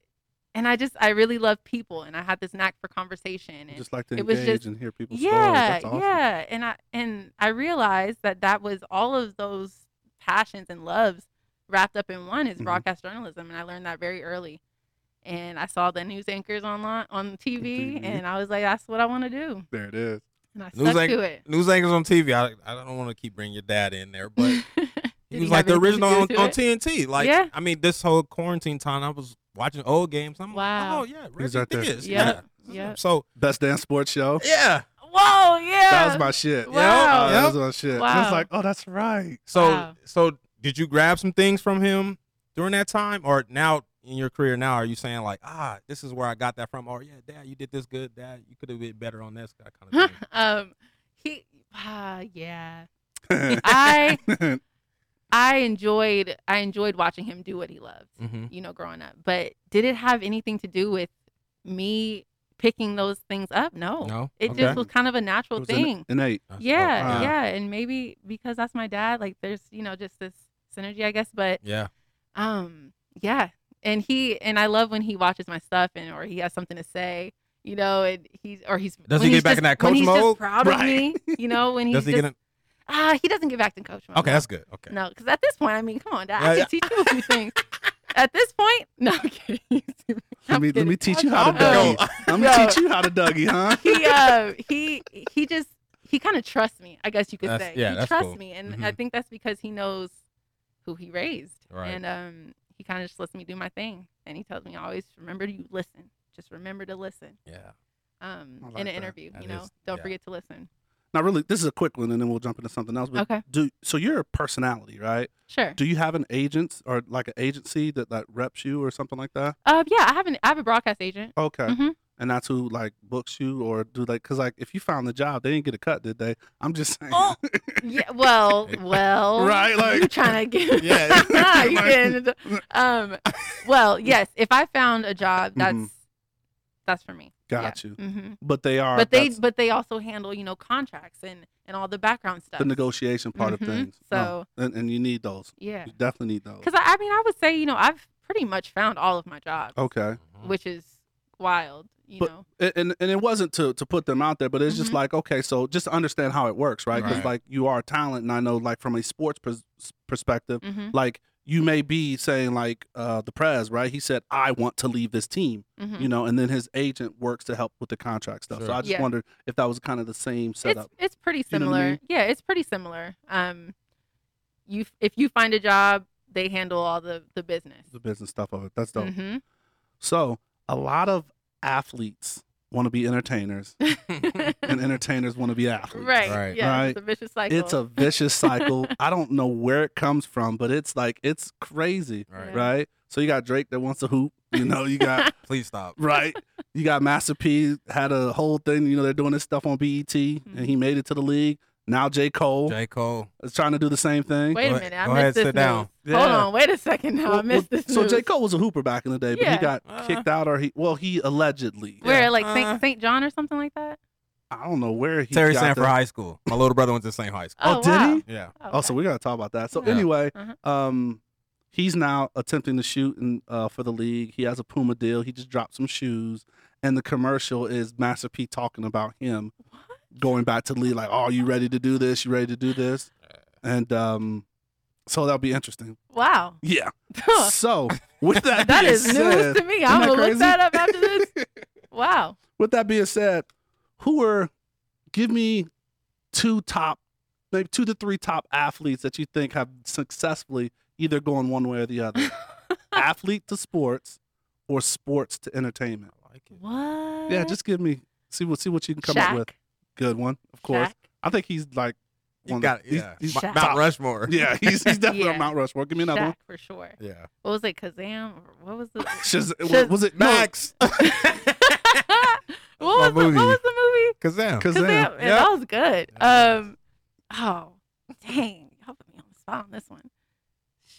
Speaker 8: and I just I really loved people and I had this knack for conversation and
Speaker 6: Just like to
Speaker 8: It was
Speaker 6: engage
Speaker 8: just-
Speaker 6: and hear people's stories.
Speaker 8: yeah
Speaker 6: That's awesome.
Speaker 8: yeah and i and i realized that that was all of those passions and loves wrapped up in one is
Speaker 6: Mhm.
Speaker 8: broadcast journalism and i learned that very early and i saw the news anchors online on tv
Speaker 6: TV.
Speaker 8: and i was like that's what i want to do
Speaker 6: There it is.
Speaker 8: and i
Speaker 7: News
Speaker 8: stuck
Speaker 7: anch-
Speaker 8: to it
Speaker 7: News anchors on TV. I, I don't want to keep bringing your dad in there, but he
Speaker 8: Did
Speaker 7: was
Speaker 8: he
Speaker 7: like
Speaker 8: have
Speaker 7: the
Speaker 8: anything to
Speaker 7: original
Speaker 8: do
Speaker 7: on,
Speaker 8: to
Speaker 7: on
Speaker 8: it?
Speaker 7: TNT. Like,
Speaker 8: Yeah.
Speaker 7: I mean, this whole quarantine time, I was watching old games. I'm
Speaker 8: Wow.
Speaker 7: like, oh yeah, Reggie
Speaker 6: out there.
Speaker 7: Diggins,
Speaker 8: Yep,
Speaker 7: yeah.
Speaker 8: yep.
Speaker 7: So
Speaker 6: Best Dance Sports Show.
Speaker 7: yeah,
Speaker 8: whoa yeah
Speaker 6: That was my shit.
Speaker 8: Wow.
Speaker 6: Oh, That was my shit. Wow.
Speaker 8: Wow.
Speaker 6: It's like, oh, that's right.
Speaker 7: so
Speaker 8: Wow.
Speaker 7: so did you grab some things from him during that time, or now in your career now, are you saying like, ah, this is where I got that from? Or yeah, Dad, you did this good. Dad, you could have been better on this that kind of thing.
Speaker 8: um he ah yeah i i enjoyed i enjoyed watching him do what he loved
Speaker 7: mm-hmm.
Speaker 8: you know, growing up. But did it have anything to do with me picking those things up? No.
Speaker 7: No?
Speaker 8: It
Speaker 7: Okay.
Speaker 8: just was kind of a
Speaker 6: It
Speaker 8: natural
Speaker 6: was an-
Speaker 8: thing.
Speaker 6: innate.
Speaker 7: That's-
Speaker 8: Oh. yeah,
Speaker 6: wow.
Speaker 8: yeah. And maybe because that's my dad, like there's, you know, just this synergy, I guess. But
Speaker 7: Yeah.
Speaker 8: um, yeah. And he and I love when he watches my stuff and or he has something to say, you know, and he's or he's
Speaker 7: Does he
Speaker 8: when
Speaker 7: get
Speaker 8: he's
Speaker 7: back
Speaker 8: just-
Speaker 7: in that
Speaker 8: when
Speaker 7: coach
Speaker 8: he's
Speaker 7: mode?
Speaker 8: Just proud of
Speaker 6: Right.
Speaker 8: me, you know, when he's
Speaker 7: Does he
Speaker 8: just,
Speaker 7: get in?
Speaker 8: ah, he doesn't get back in coach mode.
Speaker 7: Okay, that's good. Okay.
Speaker 8: No, because at this point, I mean, come on, Dad, I
Speaker 7: Yeah,
Speaker 8: can teach you a few things. At this point, no, I'm kidding.
Speaker 6: Let
Speaker 8: I'm
Speaker 6: me, let
Speaker 8: kidding.
Speaker 6: me teach you how to
Speaker 8: Um,
Speaker 6: Dougie. Let me
Speaker 8: no.
Speaker 6: teach you how to Dougie, huh?
Speaker 8: he, uh, he, he just he kind of trusts me. I guess you could
Speaker 7: That's-
Speaker 8: say
Speaker 7: yeah,
Speaker 8: he
Speaker 7: that's
Speaker 8: trusts
Speaker 7: cool.
Speaker 8: me, and
Speaker 6: Mm-hmm.
Speaker 8: I think that's because he knows who he raised,
Speaker 7: Right.
Speaker 8: and um, he kind of just lets me do my thing, and he tells me always remember you listen, just remember to listen.
Speaker 7: Yeah.
Speaker 8: Um,
Speaker 6: I like
Speaker 8: in an
Speaker 6: that.
Speaker 8: interview,
Speaker 7: That
Speaker 8: you know,
Speaker 7: is-
Speaker 8: don't
Speaker 7: yeah.
Speaker 8: forget to listen.
Speaker 6: Now, really, this is a quick one, and then we'll jump into something else. But
Speaker 8: Okay.
Speaker 6: do so. You're a personality, right?
Speaker 8: Sure.
Speaker 6: Do you have an agent or like an agency that that reps you or something like that?
Speaker 8: Um, yeah, I have an I have a broadcast agent.
Speaker 6: Okay.
Speaker 8: Mhm.
Speaker 6: And that's who like books you or do like because like if you found the job, they didn't get a cut, did they? I'm just saying.
Speaker 8: Oh, yeah. Well, well.
Speaker 6: Right, like-
Speaker 8: you trying to get.
Speaker 6: Yeah,
Speaker 8: you
Speaker 6: like-
Speaker 8: getting- um. Well, yes. If I found a job, that's
Speaker 6: Mhm.
Speaker 8: that's for me.
Speaker 6: Got you.
Speaker 8: hmm
Speaker 6: But they are.
Speaker 8: But they
Speaker 6: that's
Speaker 8: but they also handle you know contracts and and all the background stuff.
Speaker 6: the negotiation part
Speaker 8: Mhm.
Speaker 6: of things. No.
Speaker 8: So-
Speaker 6: and, and you need those.
Speaker 8: yeah.
Speaker 6: You definitely need those.
Speaker 8: Because I, I mean, I would say you know I've pretty much found all of my jobs,
Speaker 6: Okay.
Speaker 7: Mm-hmm.
Speaker 8: which is wild. You
Speaker 6: But-
Speaker 8: know.
Speaker 6: and- and and it wasn't to to put them out there, but it's just
Speaker 8: Mhm.
Speaker 6: like okay, so just to understand how it works, right? Because
Speaker 7: Right.
Speaker 6: like you are a talent, and I know like from a sports pers- perspective,
Speaker 8: hmm
Speaker 6: like you may be saying like uh the Prez, right? He said I want to leave this team,
Speaker 8: hmm
Speaker 6: you know, and then his agent works to help with the contract stuff. So
Speaker 7: Sure.
Speaker 6: I just
Speaker 8: Yeah.
Speaker 6: wondered if that was kind of the same setup.
Speaker 8: It's, it's pretty
Speaker 6: You know what I
Speaker 8: similar.
Speaker 6: mean?
Speaker 8: Yeah, it's pretty similar. Um, you f- if you find a job, they handle all the the business.
Speaker 6: the business stuff of it. That's dope.
Speaker 8: Mhm.
Speaker 6: So a lot of athletes want to be entertainers, and entertainers want to be athletes.
Speaker 8: Right.
Speaker 7: Right.
Speaker 8: Yeah.
Speaker 6: Right.
Speaker 8: It's a vicious cycle.
Speaker 6: It's a vicious cycle. I don't know where it comes from, but it's like it's crazy,
Speaker 7: All right.
Speaker 8: Yeah.
Speaker 6: right? So you got Drake that wants to hoop. You know, you got
Speaker 7: Please stop.
Speaker 6: right. You got Master P had a whole thing. You know, they're doing this stuff on BET,
Speaker 8: Mm-hmm.
Speaker 6: and he made it to the league. Now J Cole
Speaker 7: J. Cole.
Speaker 6: is trying to do the same thing.
Speaker 8: Wait a
Speaker 7: Go ahead-
Speaker 8: minute. I
Speaker 7: go
Speaker 8: missed
Speaker 7: ahead,
Speaker 8: this
Speaker 7: sit down.
Speaker 8: news. Hold
Speaker 6: Yeah.
Speaker 8: on. Wait a second. Now Oh, I
Speaker 6: Well,
Speaker 8: missed
Speaker 6: well,
Speaker 8: this
Speaker 6: so
Speaker 8: news.
Speaker 6: J Cole was a hooper back in the day, but he
Speaker 8: Yeah.
Speaker 6: got
Speaker 7: Uh.
Speaker 6: kicked out, or he well, he allegedly.
Speaker 8: Where like
Speaker 7: Uh,
Speaker 8: Saint Saint John or something like that?
Speaker 6: I don't know where he
Speaker 7: Terry
Speaker 6: got
Speaker 7: Sanford
Speaker 6: that.
Speaker 7: High School. My little brother went to the same high school.
Speaker 6: Oh, did
Speaker 8: wow.
Speaker 6: he?
Speaker 7: Yeah.
Speaker 6: Oh, so
Speaker 8: Okay.
Speaker 6: we gotta talk about that. So
Speaker 7: Yeah.
Speaker 6: anyway,
Speaker 8: Uh-huh.
Speaker 6: um, he's now attempting to shoot in, uh, for the league. He has a Puma deal. He just dropped some shoes, and the commercial is Master P talking about him going back to the league. Like, oh, you ready to do this? You ready to do this? And um, so that'll be interesting.
Speaker 8: wow.
Speaker 6: Yeah.
Speaker 8: Huh.
Speaker 6: So with that,
Speaker 8: that
Speaker 6: being
Speaker 8: is
Speaker 6: said-
Speaker 8: news to me.
Speaker 6: Isn't
Speaker 8: I'm
Speaker 6: that
Speaker 8: gonna
Speaker 6: crazy?
Speaker 8: look that up after this. wow.
Speaker 6: With that being said, who are give me two top, maybe two to three top athletes that you think have successfully either gone one way or the other, athlete to sports or sports to entertainment.
Speaker 8: What?
Speaker 6: Yeah, just give me see what see what you can come
Speaker 8: Shaq.
Speaker 6: up with. Good one, of course.
Speaker 8: Shaq.
Speaker 6: I think he's like
Speaker 7: You
Speaker 6: one
Speaker 7: got it.
Speaker 6: of, the-
Speaker 7: Yeah.
Speaker 6: he's, he's
Speaker 7: Ma-
Speaker 8: Shaq.
Speaker 7: Mount Rushmore.
Speaker 6: yeah, he's, he's definitely
Speaker 8: Yeah.
Speaker 6: on Mount Rushmore. Give me another
Speaker 8: Shaq
Speaker 6: one.
Speaker 8: for sure.
Speaker 7: Yeah.
Speaker 8: What was it, Kazam? Or What was the
Speaker 6: Shaz-
Speaker 8: Shaz-
Speaker 6: was it no,
Speaker 7: Max.
Speaker 8: what was
Speaker 7: my
Speaker 8: the,
Speaker 7: movie.
Speaker 8: what was the movie?
Speaker 7: Kazam.
Speaker 6: Kazam.
Speaker 8: Kazam. Yeah,
Speaker 7: Yeah.
Speaker 8: that was good.
Speaker 7: Yeah.
Speaker 8: Um, oh, dang, y'all put me on the spot on this one.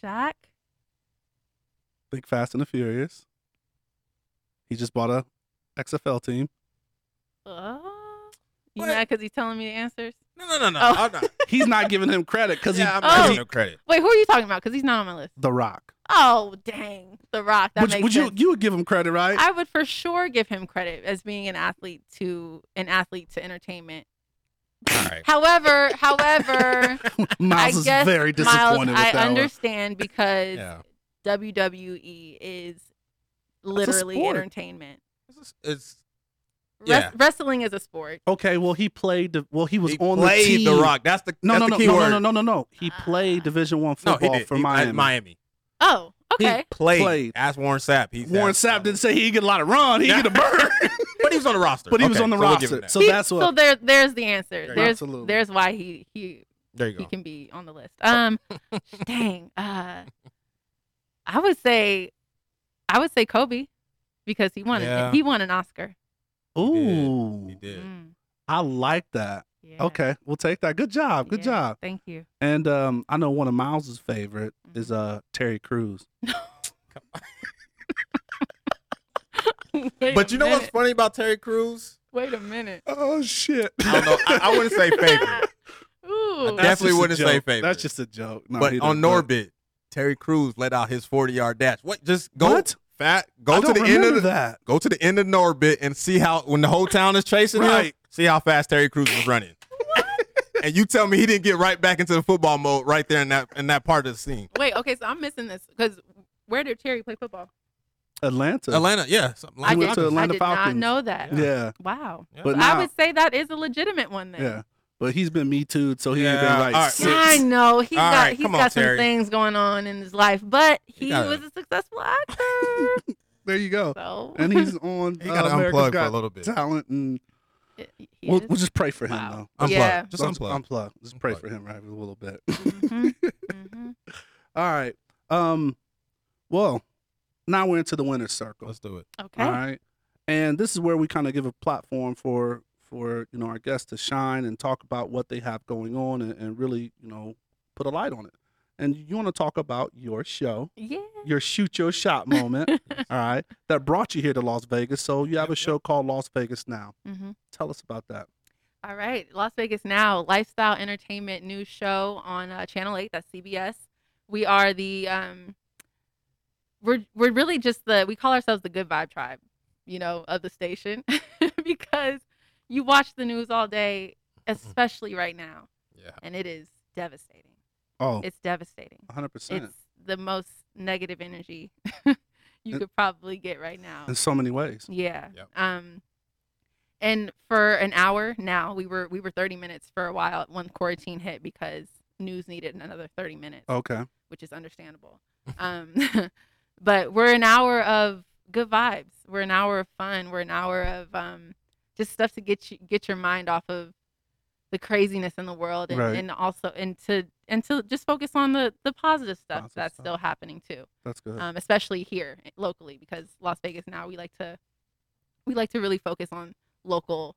Speaker 8: Shaq.
Speaker 6: Think Fast and the Furious. He just bought a XFL team.
Speaker 8: Uh, you
Speaker 7: What?
Speaker 8: mad because he's telling me the answers?
Speaker 7: No, no, no, no.
Speaker 8: Oh.
Speaker 7: I'm not.
Speaker 6: He's not giving him credit because
Speaker 7: yeah, I'm
Speaker 6: he
Speaker 7: not
Speaker 8: Oh.
Speaker 7: giving him credit.
Speaker 8: Wait, who are you talking about? Because he's not on my list.
Speaker 6: The Rock.
Speaker 8: Oh, dang, The Rock. That
Speaker 6: Would,
Speaker 8: makes
Speaker 6: would you
Speaker 8: sense.
Speaker 6: you would give him credit, right?
Speaker 8: I would for sure give him credit as being an athlete to an athlete to entertainment.
Speaker 7: All right.
Speaker 8: However, however,
Speaker 6: Miles
Speaker 8: I
Speaker 6: is
Speaker 8: guess
Speaker 6: very disappointed
Speaker 8: Miles,
Speaker 6: with
Speaker 8: I
Speaker 6: that one.
Speaker 8: understand because
Speaker 7: Yeah.
Speaker 8: WWE E is literally
Speaker 6: sport.
Speaker 8: entertainment.
Speaker 7: It's, it's
Speaker 8: Res-
Speaker 7: Yeah.
Speaker 8: Wrestling is a sport.
Speaker 6: Okay, well he played. the- Well, he was
Speaker 7: he
Speaker 6: on
Speaker 7: played
Speaker 6: the team.
Speaker 7: Rock. That's the
Speaker 6: No,
Speaker 7: that's
Speaker 6: no,
Speaker 7: the
Speaker 6: no,
Speaker 7: key
Speaker 6: no,
Speaker 7: word.
Speaker 6: no, no, no, no, no. He
Speaker 8: Ah.
Speaker 6: played Division One
Speaker 7: No,
Speaker 6: football
Speaker 7: he did.
Speaker 6: for
Speaker 7: He-
Speaker 6: Miami.
Speaker 7: Miami.
Speaker 8: Oh, okay.
Speaker 7: He played.
Speaker 6: Played.
Speaker 7: Ask Warren Sapp. He's
Speaker 6: Warren Sapp didn't say he get a lot of run. He get a burn,
Speaker 7: but he was on the roster.
Speaker 6: but he was
Speaker 7: Okay,
Speaker 6: on the
Speaker 7: so we'll give him
Speaker 6: roster.
Speaker 7: that.
Speaker 6: So
Speaker 8: He-
Speaker 6: that's
Speaker 8: So
Speaker 6: what.
Speaker 8: there, there's the answer.
Speaker 7: There you go.
Speaker 8: There's
Speaker 6: Absolutely.
Speaker 8: there's why he he
Speaker 7: there you
Speaker 8: he
Speaker 7: go.
Speaker 8: can be on the list. Um, dang. Uh, I would say, I would say Kobe, because he won
Speaker 7: Yeah.
Speaker 8: an, he won an Oscar.
Speaker 6: Ooh,
Speaker 7: He did.
Speaker 8: Mm,
Speaker 6: I like that.
Speaker 8: yeah.
Speaker 6: Okay, we'll take that. Good job. Good
Speaker 8: Yeah.
Speaker 6: job.
Speaker 8: Thank you.
Speaker 6: And um, I know one of Miles's favorite is
Speaker 8: Mm-hmm.
Speaker 6: uh Terry Crews.
Speaker 8: Wait
Speaker 7: But
Speaker 8: a
Speaker 7: you know what's
Speaker 8: minute.
Speaker 7: funny about Terry Crews?
Speaker 8: Wait a minute.
Speaker 6: Oh shit!
Speaker 7: I don't know. I, I wouldn't say favorite,
Speaker 8: Ooh.
Speaker 7: That's- Definitely
Speaker 6: just a
Speaker 7: wouldn't say
Speaker 6: joke.
Speaker 7: favorite.
Speaker 6: That's just a joke. No, he
Speaker 7: but
Speaker 6: don't-
Speaker 7: on Norbit, Terry Crews let out his 40 yard dash. What? Just go
Speaker 6: What?
Speaker 7: fat.
Speaker 6: I
Speaker 7: Go to
Speaker 6: don't
Speaker 7: the end of
Speaker 6: remember
Speaker 7: the,
Speaker 6: that.
Speaker 7: Go to the end of Norbit and see how when the whole town is chasing him.
Speaker 6: Right.
Speaker 7: See how fast Terry Crews was running. and you tell me he didn't get right back into the football mode right there in that in that part of the scene.
Speaker 8: Wait. Okay. So I'm missing this because where did Terry play football?
Speaker 6: Atlanta.
Speaker 7: Atlanta, yeah. Something
Speaker 8: I
Speaker 7: like
Speaker 6: went
Speaker 8: did,
Speaker 6: to
Speaker 8: I
Speaker 6: Atlanta
Speaker 8: did not
Speaker 6: Falcons.
Speaker 8: know that.
Speaker 6: Yeah,
Speaker 8: Wow.
Speaker 6: but
Speaker 8: So
Speaker 6: now,
Speaker 8: I would say that is a legitimate one then.
Speaker 6: yeah, but he's been me too, so he ain't
Speaker 7: Yeah,
Speaker 6: been like
Speaker 7: all right.
Speaker 6: six.
Speaker 8: Yeah, I know he's
Speaker 7: All
Speaker 8: got
Speaker 7: right,
Speaker 8: he's
Speaker 7: come
Speaker 8: got
Speaker 7: on,
Speaker 8: some
Speaker 7: Terry.
Speaker 8: things going on in his life, but he
Speaker 7: gotta-
Speaker 8: was a successful actor.
Speaker 6: There you go.
Speaker 8: so
Speaker 6: And he's on
Speaker 7: He
Speaker 6: uh,
Speaker 7: gotta
Speaker 6: America's
Speaker 7: unplug for
Speaker 6: Got
Speaker 7: a little bit.
Speaker 6: Talent, and
Speaker 8: He
Speaker 6: we'll,
Speaker 8: is.
Speaker 6: we'll just pray for him
Speaker 8: Wow.
Speaker 6: though.
Speaker 7: Unplug.
Speaker 8: Yeah.
Speaker 7: Just
Speaker 6: Let's
Speaker 7: unplug.
Speaker 6: Unplug. Just pray
Speaker 7: Unplug.
Speaker 6: for him right a little bit.
Speaker 8: Mhm, mhm.
Speaker 6: All right. Um. Well, now we're into the winner's circle.
Speaker 7: Let's do it.
Speaker 8: Okay.
Speaker 6: All right. And this is where we kind of give a platform for for you know our guests to shine and talk about what they have going on and, and really you know put a light on it. And you want to talk about your show,
Speaker 8: Yeah.
Speaker 6: your shoot your shot moment, all right, that brought you here to Las Vegas. So you have a
Speaker 7: Yep,
Speaker 6: show called Las Vegas Now.
Speaker 8: Mhm.
Speaker 6: Tell us about that.
Speaker 8: All right. Las Vegas Now, lifestyle entertainment news show on uh, Channel 8, that's CBS. We are the um we're we're really just the we call ourselves the good vibe tribe, you know, of the station because you watch the news all day,
Speaker 6: Mm-hmm.
Speaker 8: especially right now,
Speaker 7: Yeah.
Speaker 8: and it is devastating.
Speaker 6: Oh,
Speaker 8: It's devastating.
Speaker 6: 100 percent
Speaker 8: It's the most negative energy you
Speaker 6: And-
Speaker 8: could probably get right now.
Speaker 6: in so many ways.
Speaker 8: Yeah.
Speaker 7: Yep.
Speaker 8: Um, and for an hour now, we were we were 30 minutes for a while when quarantine hit because news needed another 30 minutes,
Speaker 6: Okay.
Speaker 8: which is understandable. Um, but we're an hour of good vibes. We're an hour of fun. We're an hour of um, just stuff to get you get your mind off of the craziness in the world, and,
Speaker 6: Right.
Speaker 8: and also and to and to just focus on the the positive stuff
Speaker 6: Positive
Speaker 8: that's
Speaker 6: stuff.
Speaker 8: still happening too
Speaker 6: That's good.
Speaker 8: um, especially here locally because Las Vegas now we like to we like to really focus on local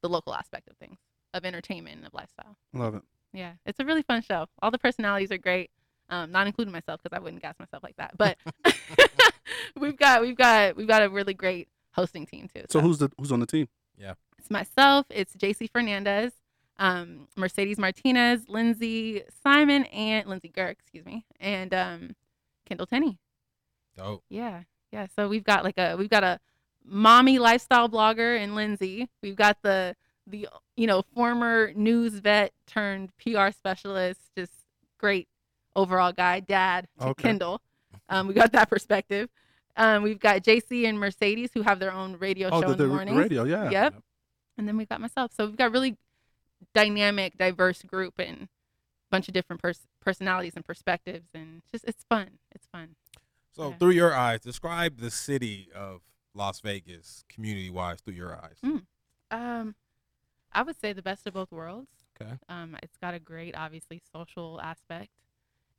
Speaker 8: the local aspect of things of entertainment and of lifestyle.
Speaker 6: Love it.
Speaker 8: Yeah, it's a really fun show. All the personalities are great, um, not including myself because I wouldn't gas myself like that. But we've got we've got we've got a really great hosting team too.
Speaker 6: So who's the who's on the team?
Speaker 8: It's myself. It's JC Fernandez, um, Mercedes Martinez, Lindsay Simon, and Lindsay Gurr, excuse me, and um, Kendall Tenney.
Speaker 7: Dope.
Speaker 8: Yeah, yeah. So we've got like a we've got a mommy lifestyle blogger in Lindsay. We've got the the you know former news vet turned PR specialist, just great overall guy, dad to
Speaker 6: Okay.
Speaker 8: Kendall. Um, we got that perspective. Um, we've got JC and Mercedes who have their own radio
Speaker 6: Oh,
Speaker 8: show
Speaker 6: the,
Speaker 8: in the
Speaker 6: the r-
Speaker 8: mornings.
Speaker 6: radio. Yeah.
Speaker 8: Yep. And then we've got myself. So we've got really dynamic, diverse group and bunch of different pers- personalities and perspectives, and just it's fun. It's fun.
Speaker 7: So
Speaker 8: Yeah.
Speaker 7: through your eyes, describe the city of Las Vegas community wise through your eyes.
Speaker 8: Mm. Um, I would say the best of both worlds.
Speaker 7: Okay.
Speaker 8: Um, it's got a great, obviously, social aspect,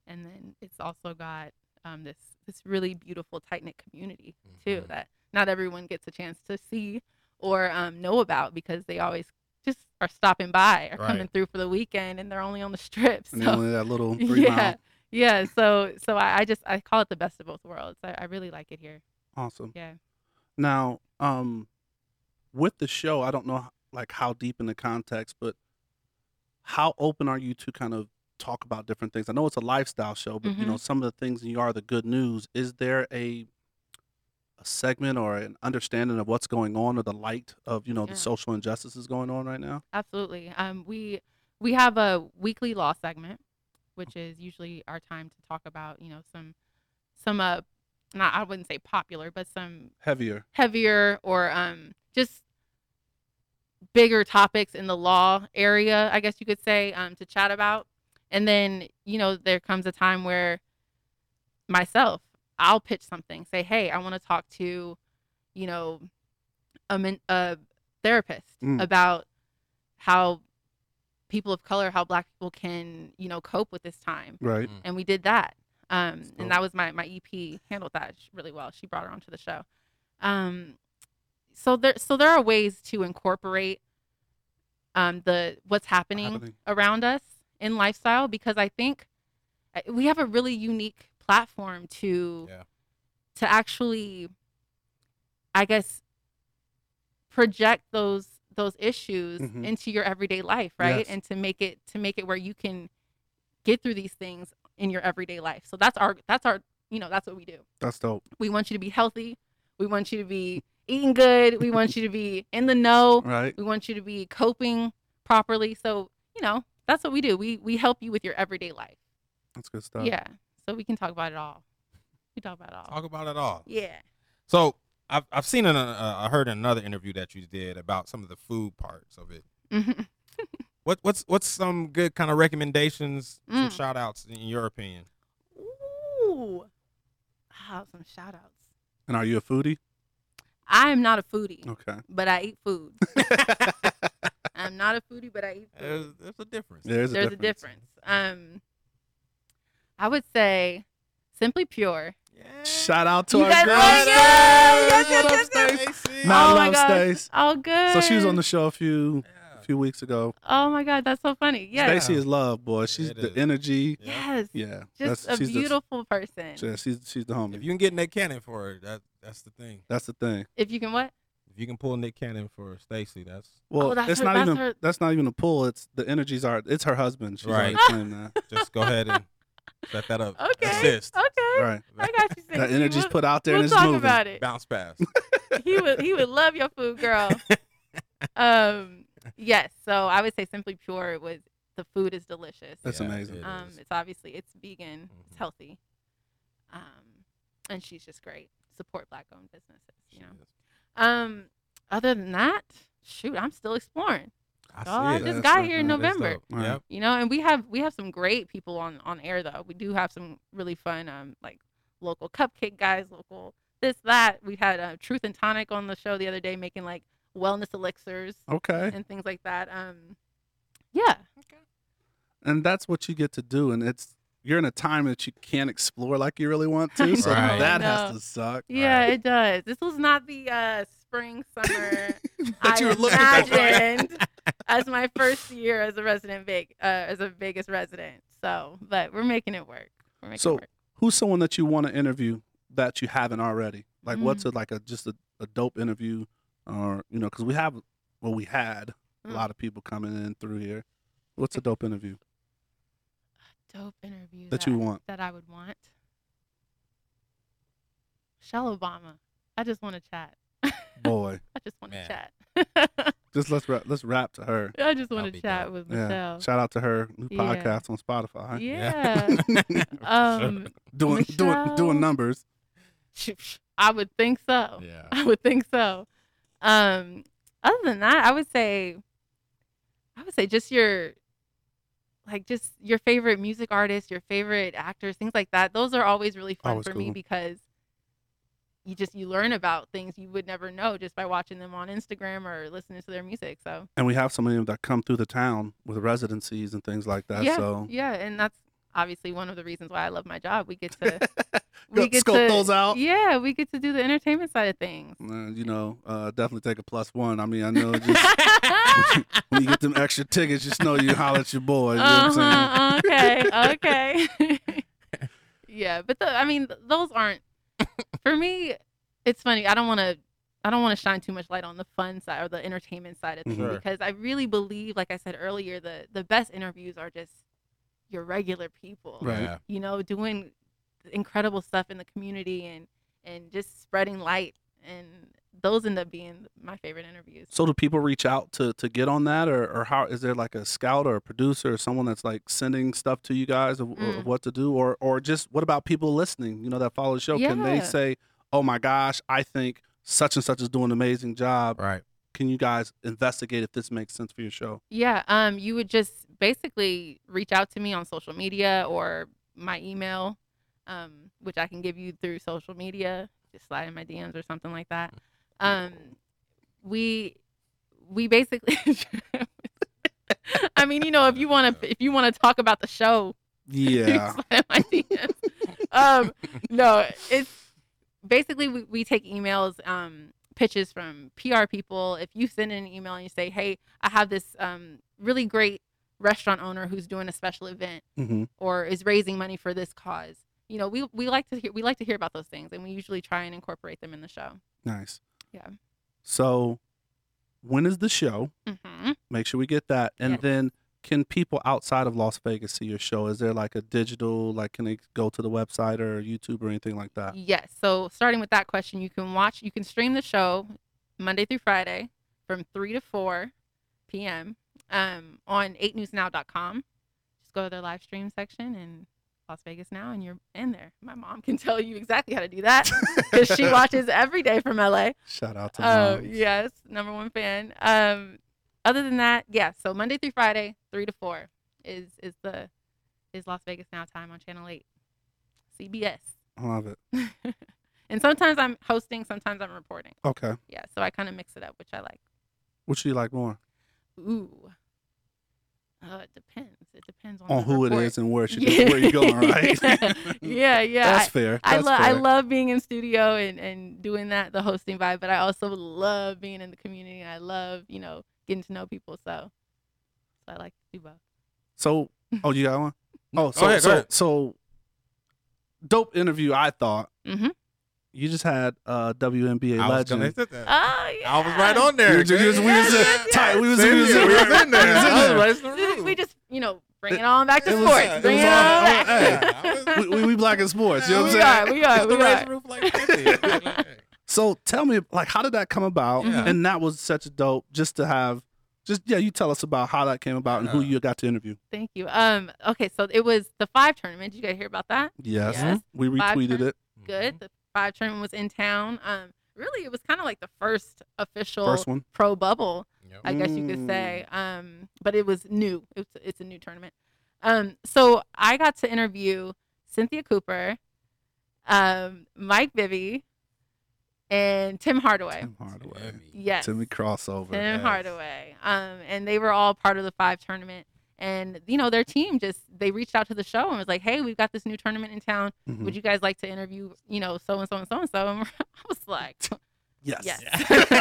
Speaker 8: and then it's also got um, this this really beautiful, tight knit community too
Speaker 7: Mhm.
Speaker 8: that not everyone gets a chance to see or um, know about because they always just are stopping by or
Speaker 7: Right.
Speaker 8: coming through for the weekend, and they're only on the strip.
Speaker 6: And then
Speaker 8: so-
Speaker 6: only that little three
Speaker 8: yeah,
Speaker 6: mile.
Speaker 8: yeah. So, so I, I just I call it the best of both worlds. I, I really like it here.
Speaker 6: Awesome.
Speaker 8: Yeah.
Speaker 6: Now, um, with the show, I don't know like how deep in the context, but how open are you to kind of talk about different things? I know it's a lifestyle show, but
Speaker 8: Mm-hmm.
Speaker 6: you know some of the things in you are the good news. Is there a a segment or an understanding of what's going on or the light of you know
Speaker 8: Yeah.
Speaker 6: the social injustices going on right now?
Speaker 8: Absolutely. Um, we we have a weekly law segment, which is usually our time to talk about you know some some uh not I wouldn't say popular, but some
Speaker 6: Heavier.
Speaker 8: heavier or um just bigger topics in the law area, I guess you could say, um, to chat about. And then you know there comes a time where myself I'll pitch something, say, hey, I want to talk to you know a, men- a therapist
Speaker 6: Mm.
Speaker 8: about how people of color, how black people can, you know, cope with this time.
Speaker 6: Right.
Speaker 7: Mm.
Speaker 8: And we did that. Um,
Speaker 6: That's dope.
Speaker 8: and that was my, my EP handled that sh- really well. She brought her onto the show. Um, so there, so there are ways to incorporate, um, the, what's happening,
Speaker 6: Happening.
Speaker 8: around us in lifestyle, because I think uh, we have a really unique platform to,
Speaker 7: Yeah.
Speaker 8: to actually, I guess, project those, those issues
Speaker 6: Mhm.
Speaker 8: into your everyday life. Right.
Speaker 6: Yes.
Speaker 8: And to make it, to make it where you can get through these things in your everyday life. So that's our that's our you know that's what we do.
Speaker 6: That's dope.
Speaker 8: We want you to be healthy. We want you to be eating good. We want you to be in the know.
Speaker 6: Right.
Speaker 8: We want you to be coping properly. So you know that's what we do. We we help you with your everyday life.
Speaker 6: That's good stuff.
Speaker 8: yeah. So we can talk about it all. We talk about it all.
Speaker 7: Talk about it all.
Speaker 8: yeah.
Speaker 7: So I've I've seen an, uh, I heard another interview that you did about some of the food parts of it.
Speaker 8: Mhm.
Speaker 7: What what's what's some good kind of recommendations, some
Speaker 8: Mm.
Speaker 7: shout outs in your opinion?
Speaker 8: Ooh. Oh, some shout outs.
Speaker 6: And are you a foodie?
Speaker 8: I am not a foodie,
Speaker 6: Okay.
Speaker 8: but I eat food. I'm not a foodie, but I eat food.
Speaker 7: There's, there's a difference.
Speaker 6: There's a
Speaker 8: there's
Speaker 6: difference.
Speaker 8: a difference. Um, I would say simply pure.
Speaker 7: Yeah.
Speaker 6: Shout out to
Speaker 8: You
Speaker 6: our
Speaker 8: guys
Speaker 6: girl.
Speaker 8: love- yes, yes,
Speaker 6: Shout out
Speaker 8: yes,
Speaker 6: to Stace.
Speaker 7: Stacy.
Speaker 6: Nah, I
Speaker 8: oh my
Speaker 6: love
Speaker 8: gosh.
Speaker 6: Stace.
Speaker 8: Oh, good.
Speaker 6: So she was on the show a few
Speaker 7: Yeah.
Speaker 6: a few weeks ago.
Speaker 8: Oh my God, that's so funny. Yes,
Speaker 6: Stacy is love, boy. She's
Speaker 7: It
Speaker 6: the
Speaker 7: is.
Speaker 6: energy.
Speaker 7: Yeah.
Speaker 8: yes.
Speaker 6: Yeah,
Speaker 8: Just a
Speaker 6: she's
Speaker 8: beautiful person.
Speaker 6: The, yeah, she's she's the homie.
Speaker 7: If you can get Nick Cannon for her, that that's the thing.
Speaker 6: that's the thing.
Speaker 8: if you can what?
Speaker 7: If you can pull Nick Cannon for Stacy, that's
Speaker 6: Well,
Speaker 8: Oh, that's
Speaker 6: it's
Speaker 8: her-
Speaker 6: not
Speaker 8: that's
Speaker 6: even
Speaker 8: her-
Speaker 6: that's not even a pull. It's the energies are. It's her husband. She's
Speaker 7: Right.
Speaker 6: already claimed that.
Speaker 7: just go ahead and set that up.
Speaker 8: Okay.
Speaker 7: Assist.
Speaker 8: Okay.
Speaker 6: Right.
Speaker 8: I got you.
Speaker 6: That
Speaker 8: Stacey.
Speaker 6: energy's
Speaker 8: we'll,
Speaker 6: put out there
Speaker 8: We'll
Speaker 6: and it's
Speaker 8: talk
Speaker 6: moving.
Speaker 8: about it.
Speaker 7: Bounce pass.
Speaker 8: He would. He would love your food, girl. um. Yes. So I would say simply pure was the food is delicious.
Speaker 6: That's
Speaker 7: Yeah,
Speaker 6: amazing.
Speaker 7: it
Speaker 8: Um,
Speaker 7: is.
Speaker 8: it's obviously it's vegan,
Speaker 7: Mhm.
Speaker 8: it's healthy, um, and she's just great. Support black-owned businesses, you know. Um, other than that, shoot, I'm still exploring.
Speaker 7: I
Speaker 8: Oh, I
Speaker 7: see it.
Speaker 8: just
Speaker 7: That's
Speaker 8: got
Speaker 7: dope.
Speaker 8: here in
Speaker 7: That's
Speaker 8: November.
Speaker 7: dope. Yep.
Speaker 8: you know and we have we have some great people on on air though we do have some really fun um like local cupcake guys local this that we had uh, truth and tonic on the show the other day making like wellness elixirs
Speaker 6: Okay.
Speaker 8: and things like that um yeah
Speaker 6: And that's what you get to do. And it's, you're in a time that you can't explore like you really want to. So
Speaker 7: Right.
Speaker 6: that
Speaker 8: I
Speaker 6: has
Speaker 8: know.
Speaker 6: to suck.
Speaker 8: yeah it does this was not the uh spring summer
Speaker 6: That
Speaker 8: I
Speaker 6: you were looking for.
Speaker 8: imagined as my first year as a resident Vegas, uh, as a Vegas resident so but we're making it work we're making
Speaker 6: So-
Speaker 8: it work
Speaker 6: Who's someone that you want to interview that you haven't already? Like, what's
Speaker 8: Mm-hmm.
Speaker 6: it like a just a, a dope interview, or you know, because we have well, we had a
Speaker 8: Mm.
Speaker 6: lot of people coming in through here. What's a dope interview?
Speaker 8: dope interview
Speaker 6: That you want.
Speaker 8: that I would want. Michelle Obama. I just want to chat.
Speaker 6: Boy,
Speaker 8: I just want to
Speaker 7: Man.
Speaker 8: chat.
Speaker 6: just let's rap, let's rap to her.
Speaker 8: I just
Speaker 7: That'll
Speaker 8: want
Speaker 7: be
Speaker 8: to chat
Speaker 7: dope.
Speaker 8: with
Speaker 6: Yeah,
Speaker 8: Michelle.
Speaker 6: shout out to her new
Speaker 8: Yeah.
Speaker 6: podcast on Spotify.
Speaker 8: Yeah.
Speaker 7: For
Speaker 8: um,
Speaker 6: doing doing
Speaker 8: Michelle.
Speaker 6: doing numbers.
Speaker 8: I would think so.
Speaker 7: sure. yeah.
Speaker 8: I would think so. Um, other than that, I would say, I would say just your, like just your favorite music artists, your favorite actors, things like that. Those are always really fun
Speaker 6: Always
Speaker 8: for me
Speaker 6: cool.
Speaker 8: because you just you learn about things you would never know just by watching them on Instagram or listening to their music. So
Speaker 6: And we have so many of them that come through the town with residencies and things like that.
Speaker 8: yeah,
Speaker 6: so
Speaker 8: yeah, and that's obviously one of the reasons why I love my job. We get to
Speaker 6: Go
Speaker 8: we get
Speaker 6: scope
Speaker 8: to,
Speaker 6: those out.
Speaker 8: Yeah, we get to do the entertainment side of things.
Speaker 6: uh, you know, uh, definitely take a plus one. I mean, I know just when you get them extra tickets, just know you holler at your boy. You know what I'm saying?
Speaker 8: Uh-huh, okay, okay. yeah, but the, I mean, th- those aren't for me. It's funny. I don't want to. I don't want to shine too much light on the fun side or the entertainment side
Speaker 6: Mm-hmm.
Speaker 8: of things
Speaker 7: Sure.
Speaker 8: because I really believe, like I said earlier, the the best interviews are just your regular people.
Speaker 6: Right.
Speaker 7: Yeah.
Speaker 8: You know, doing incredible stuff in the community and and just spreading light and those end up being my favorite interviews.
Speaker 6: So do people reach out to to get on that, or or how is there like a scout or a producer or someone that's like sending stuff to you guys of, of
Speaker 8: Mm.
Speaker 6: what to do, or or just what about people listening? You know that follow the show. Can they
Speaker 8: Yeah.
Speaker 6: say, "Oh my gosh, I think such and such is doing an amazing job"?
Speaker 7: Right.
Speaker 6: Can you guys investigate if this makes sense for your show?
Speaker 8: Yeah, um, you would just basically reach out to me on social media or my email, um, which I can give you through social media. Just slide in my DMs or something like that. Um, we we basically. I mean, you know, if you want to if you want to talk about the show,
Speaker 6: Yeah.
Speaker 8: slide in my DMs. um, no, it's basically we, we take emails, um, pitches from PR people. If you send in an email and you say, "Hey, I have this um, really great restaurant owner who's doing a special event
Speaker 6: hmm
Speaker 8: or is raising money for this cause," you know, we we like to hear we like to hear about those things, and we usually try and incorporate them in the show.
Speaker 6: Nice.
Speaker 8: Yeah.
Speaker 6: So, when is the show?
Speaker 8: hmm
Speaker 6: Make sure we get that. And
Speaker 8: Yeah.
Speaker 6: then can people outside of Las Vegas see your show? Is there like a digital, like can they go to the website or YouTube or anything like that?
Speaker 8: Yes. So starting with that question, you can watch, you can stream the show Monday through Friday from 3 to 4 p.m. Um, on 8newsnow.com. Just go to their live stream section and Las Vegas Now, and you're in there. My mom can tell you exactly how to do that because she watches every day from LA.
Speaker 6: Shout out to
Speaker 8: Oh,
Speaker 6: Mom.
Speaker 8: yes. Number one fan. Um, other than that, yeah. So Monday through Friday, 3 to 4 is, is the is Las Vegas Now time on Channel 8. CBS.
Speaker 6: I love it.
Speaker 8: and sometimes I'm hosting, sometimes I'm reporting.
Speaker 6: Okay.
Speaker 8: Yeah, so I kind of mix it up, which I like.
Speaker 6: What do you like more?
Speaker 8: Ooh. Oh, it depends. It depends on,
Speaker 6: On
Speaker 8: the
Speaker 6: who
Speaker 8: report.
Speaker 6: it is and where, she, where you going, right?
Speaker 8: yeah, yeah.
Speaker 6: That's fair.
Speaker 8: I, I
Speaker 6: That's
Speaker 8: love I
Speaker 6: fair.
Speaker 8: love being in studio and, and doing that, the hosting vibe, but I also love being in the community and I love, you know, getting to know people. So so I like to do both.
Speaker 6: So, oh, you got one? Oh, so,
Speaker 7: ahead, go
Speaker 6: so,
Speaker 7: ahead.
Speaker 6: so, dope interview, I thought.
Speaker 8: Mm-hmm.
Speaker 6: You just had uh, WNBA
Speaker 7: I was,
Speaker 6: legend.
Speaker 7: gonna, say that.
Speaker 8: Oh yeah.
Speaker 7: I was right on there.
Speaker 6: You just- you just- we was, uh,
Speaker 8: Yes, yes,
Speaker 6: tight- we was-
Speaker 7: Same
Speaker 6: we was-
Speaker 7: here.
Speaker 6: we was
Speaker 7: in there.
Speaker 6: there.
Speaker 7: I was right in the
Speaker 8: We
Speaker 7: room.
Speaker 8: just, you know, bring it on back to
Speaker 6: it was-
Speaker 8: sports.
Speaker 6: it
Speaker 8: bring
Speaker 6: was
Speaker 8: it on
Speaker 6: all-
Speaker 8: back.
Speaker 7: Yeah, I was-
Speaker 6: we, we, we black in sports. You know what I'm
Speaker 7: We
Speaker 6: saying?
Speaker 7: are,
Speaker 8: we are,
Speaker 7: It's the
Speaker 8: we
Speaker 7: raised
Speaker 8: are.
Speaker 7: roof like 50.
Speaker 6: So tell me, like, how did that come about?
Speaker 7: Yeah.
Speaker 6: And that was such a dope just to have, just yeah, you tell us about how that came about and who
Speaker 7: Yeah.
Speaker 6: you got to interview.
Speaker 8: Thank you. Um, okay, so it was the five tournament. Did you guys hear about that?
Speaker 6: Yes,
Speaker 8: Yes.
Speaker 6: we
Speaker 8: Five
Speaker 6: retweeted
Speaker 8: turns.
Speaker 6: it.
Speaker 7: Mm-hmm.
Speaker 8: Good. The five tournament was in town. Um, really, it was kind of like the first official
Speaker 6: First one.
Speaker 8: pro bubble.
Speaker 7: Mm-hmm. Yep.
Speaker 8: I guess you could
Speaker 4: Mm.
Speaker 8: say. Um, but it was new. It's it's a new tournament. Um, so I got to interview Cynthia Cooper, um, Mike Bibby, and Tim Hardaway.
Speaker 6: Tim Hardaway.
Speaker 8: Yes,
Speaker 6: Timmy crossover.
Speaker 8: Tim
Speaker 7: Yes.
Speaker 8: Hardaway. Um, and they were all part of the five tournament. And you know their team just they reached out to the show and was like, "Hey, we've got this new tournament in town.
Speaker 6: Mhm.
Speaker 8: Would you guys like to interview? You know, so and so and so and so." And I was like,
Speaker 6: Yes.
Speaker 8: Yes.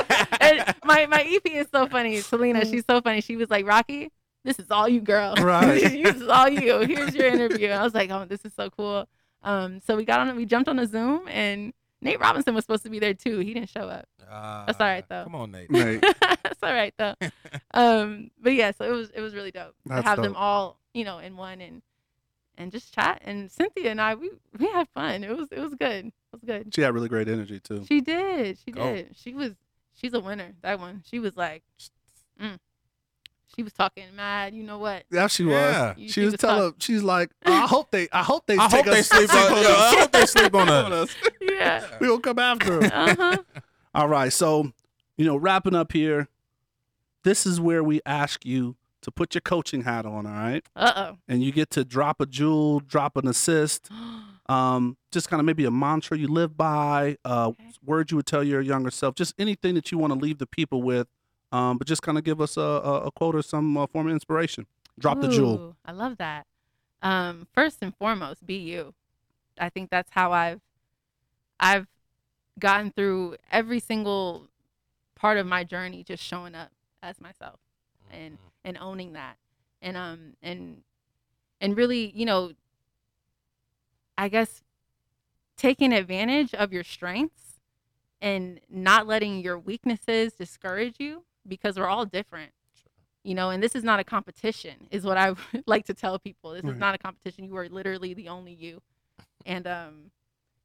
Speaker 8: and my, my EP is so funny. Selena, she's so funny. She was like, Rocky, this is all you, girl.
Speaker 6: Right.
Speaker 8: this is all you. Here's your interview. And I was like, oh, this is so cool. Um, so we got on, we jumped on a Zoom, and Nate Robinson was supposed to be there too. He didn't show up. That's all right, though.
Speaker 7: Uh, Come on, Nate.
Speaker 6: Right.
Speaker 8: That's all right though. um, but yeah, so it was it was really dope
Speaker 6: That's
Speaker 8: to have them
Speaker 6: dope.
Speaker 8: all, you know, in one and and just chat. And Cynthia and I, we we had fun. It was it was good. It was good.
Speaker 6: She had really great energy too.
Speaker 8: She did. She
Speaker 6: Oh.
Speaker 7: Go.
Speaker 8: did. She was. She's a winner. That one. She was like. mm. She was talking mad. You know what?
Speaker 6: Yeah, she
Speaker 7: Yeah.
Speaker 6: was.
Speaker 8: You-
Speaker 6: She
Speaker 8: you
Speaker 6: was
Speaker 8: was
Speaker 6: telling.
Speaker 8: talk-
Speaker 6: She's like, I hope they. I hope they.
Speaker 7: I
Speaker 6: take
Speaker 7: hope they
Speaker 6: us-
Speaker 7: sleep on. yo, I hope they sleep on
Speaker 6: on
Speaker 7: us.
Speaker 6: us.
Speaker 8: Yeah.
Speaker 6: We will come after them.
Speaker 8: Uh huh.
Speaker 6: All right. So, you know, wrapping up here. This is where we ask you to put your coaching hat on. All right,
Speaker 8: Uh
Speaker 6: and you get to drop a jewel, drop an assist,
Speaker 8: oh.
Speaker 6: um, just kind of maybe a mantra you live by, uh,
Speaker 8: Okay.
Speaker 6: word you would tell your younger self, just anything that you want to leave the people with, um, but just kind of give us a, a, a quote or some uh, form of inspiration. Drop the jewel.
Speaker 8: Ooh, I love that. Um, first and foremost, be you. I think that's how I've I've gotten through every single part of my journey just showing up as myself and and owning that. And um and and really, you know, I guess taking advantage of your strengths and not letting your weaknesses discourage you because we're all different you know and this is not a competition is what i would like to tell people this
Speaker 6: Right.
Speaker 8: is not a competition you are literally the only you and um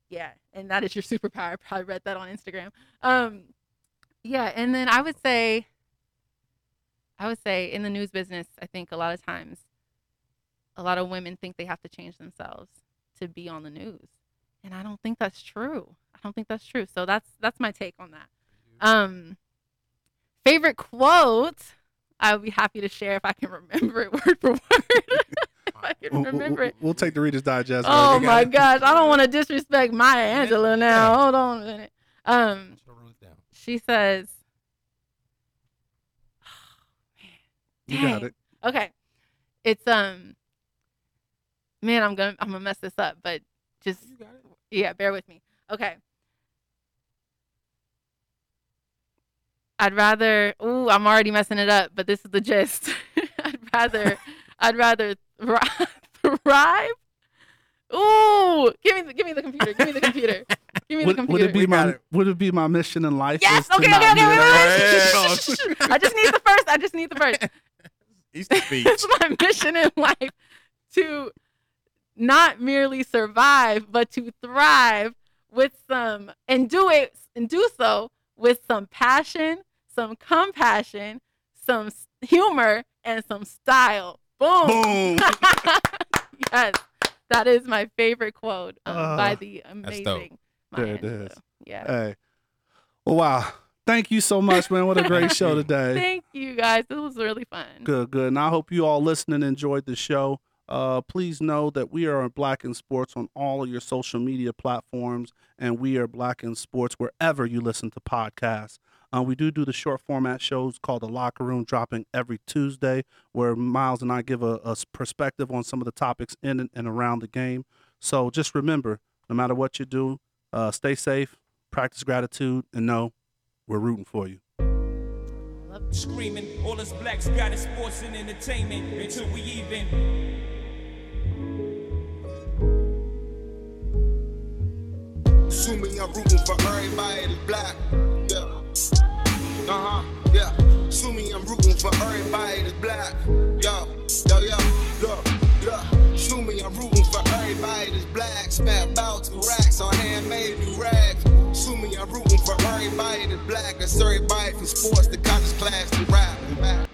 Speaker 8: yeah and that is your superpower i probably read that on instagram um yeah and then i would say i would say in the news business i think a lot of times a lot of women think they have to change themselves to be on the news and i don't think that's true i don't think that's true so that's that's my take on that um favorite quote i would be happy to share if i can remember it word for word if i can
Speaker 6: We'll-
Speaker 8: remember
Speaker 6: we'll,
Speaker 8: it
Speaker 6: we'll take the Reader's Digest.
Speaker 7: right,
Speaker 8: oh
Speaker 7: we
Speaker 8: my
Speaker 7: got it.
Speaker 8: gosh i don't want to disrespect maya angela now
Speaker 7: Yeah.
Speaker 8: hold on a minute um she says
Speaker 6: You got it.
Speaker 8: Okay. It's um man, I'm gonna I'm gonna mess this up, but just yeah, bear with me. Okay. I'd rather ooh, I'm already messing it up, but this is the gist. I'd rather I'd rather thri- thrive. Ooh, give me the give me the computer. Give me the computer. Give me the
Speaker 6: Would,
Speaker 8: computer.
Speaker 6: would it be
Speaker 7: We got
Speaker 6: my
Speaker 7: it.
Speaker 6: Would it be my mission in life?
Speaker 8: Yes.
Speaker 6: is to
Speaker 8: Okay.
Speaker 6: not
Speaker 8: Okay.
Speaker 6: be
Speaker 8: Okay. Wait.
Speaker 6: an
Speaker 8: Wait. wait, Shh, shh, shh, shh. I just need the first. I just need the first.
Speaker 7: East Beach.
Speaker 8: That's my mission in life to not merely survive, but to thrive with some and do it and do so with some passion, some compassion, some s- humor, and some style. Boom.
Speaker 6: Boom.
Speaker 8: yes, that is my favorite quote um, by
Speaker 6: Ah,
Speaker 8: the
Speaker 7: that's dope.
Speaker 8: amazing.
Speaker 6: There
Speaker 8: Maya
Speaker 6: it is.
Speaker 8: Angelou. Yeah.
Speaker 6: Hey. Well, wow. Thank you so much, man. What a great show today.
Speaker 8: Thank you guys. This was really fun.
Speaker 6: Good, good. And I hope you all listening enjoyed the show. Uh, please know that we are on Black in Sports on all of your social media platforms, and we are Black in Sports wherever you listen to podcasts. Uh, we do do the short format shows called The Locker Room, dropping every Tuesday, where Miles and I give a, a s- perspective on some of the topics in and- and around the game. So just remember, no matter what you do, uh, stay safe, practice gratitude, and know we're rooting for you.
Speaker 5: Screaming, all us blacks got is sports and entertainment until we even.
Speaker 9: Assuming I'm rooting for everybody that's black. Yeah. Uh huh. Yeah. Assuming I'm rooting for everybody that's black. Yo. Yo, yo. Look. Look. Assuming I'm rooting for everybody that's black. Spare bouts and racks on handmade new rags. Assuming I'm rooting for everybody that's black. That's everybody from sports to college class to rap. and back.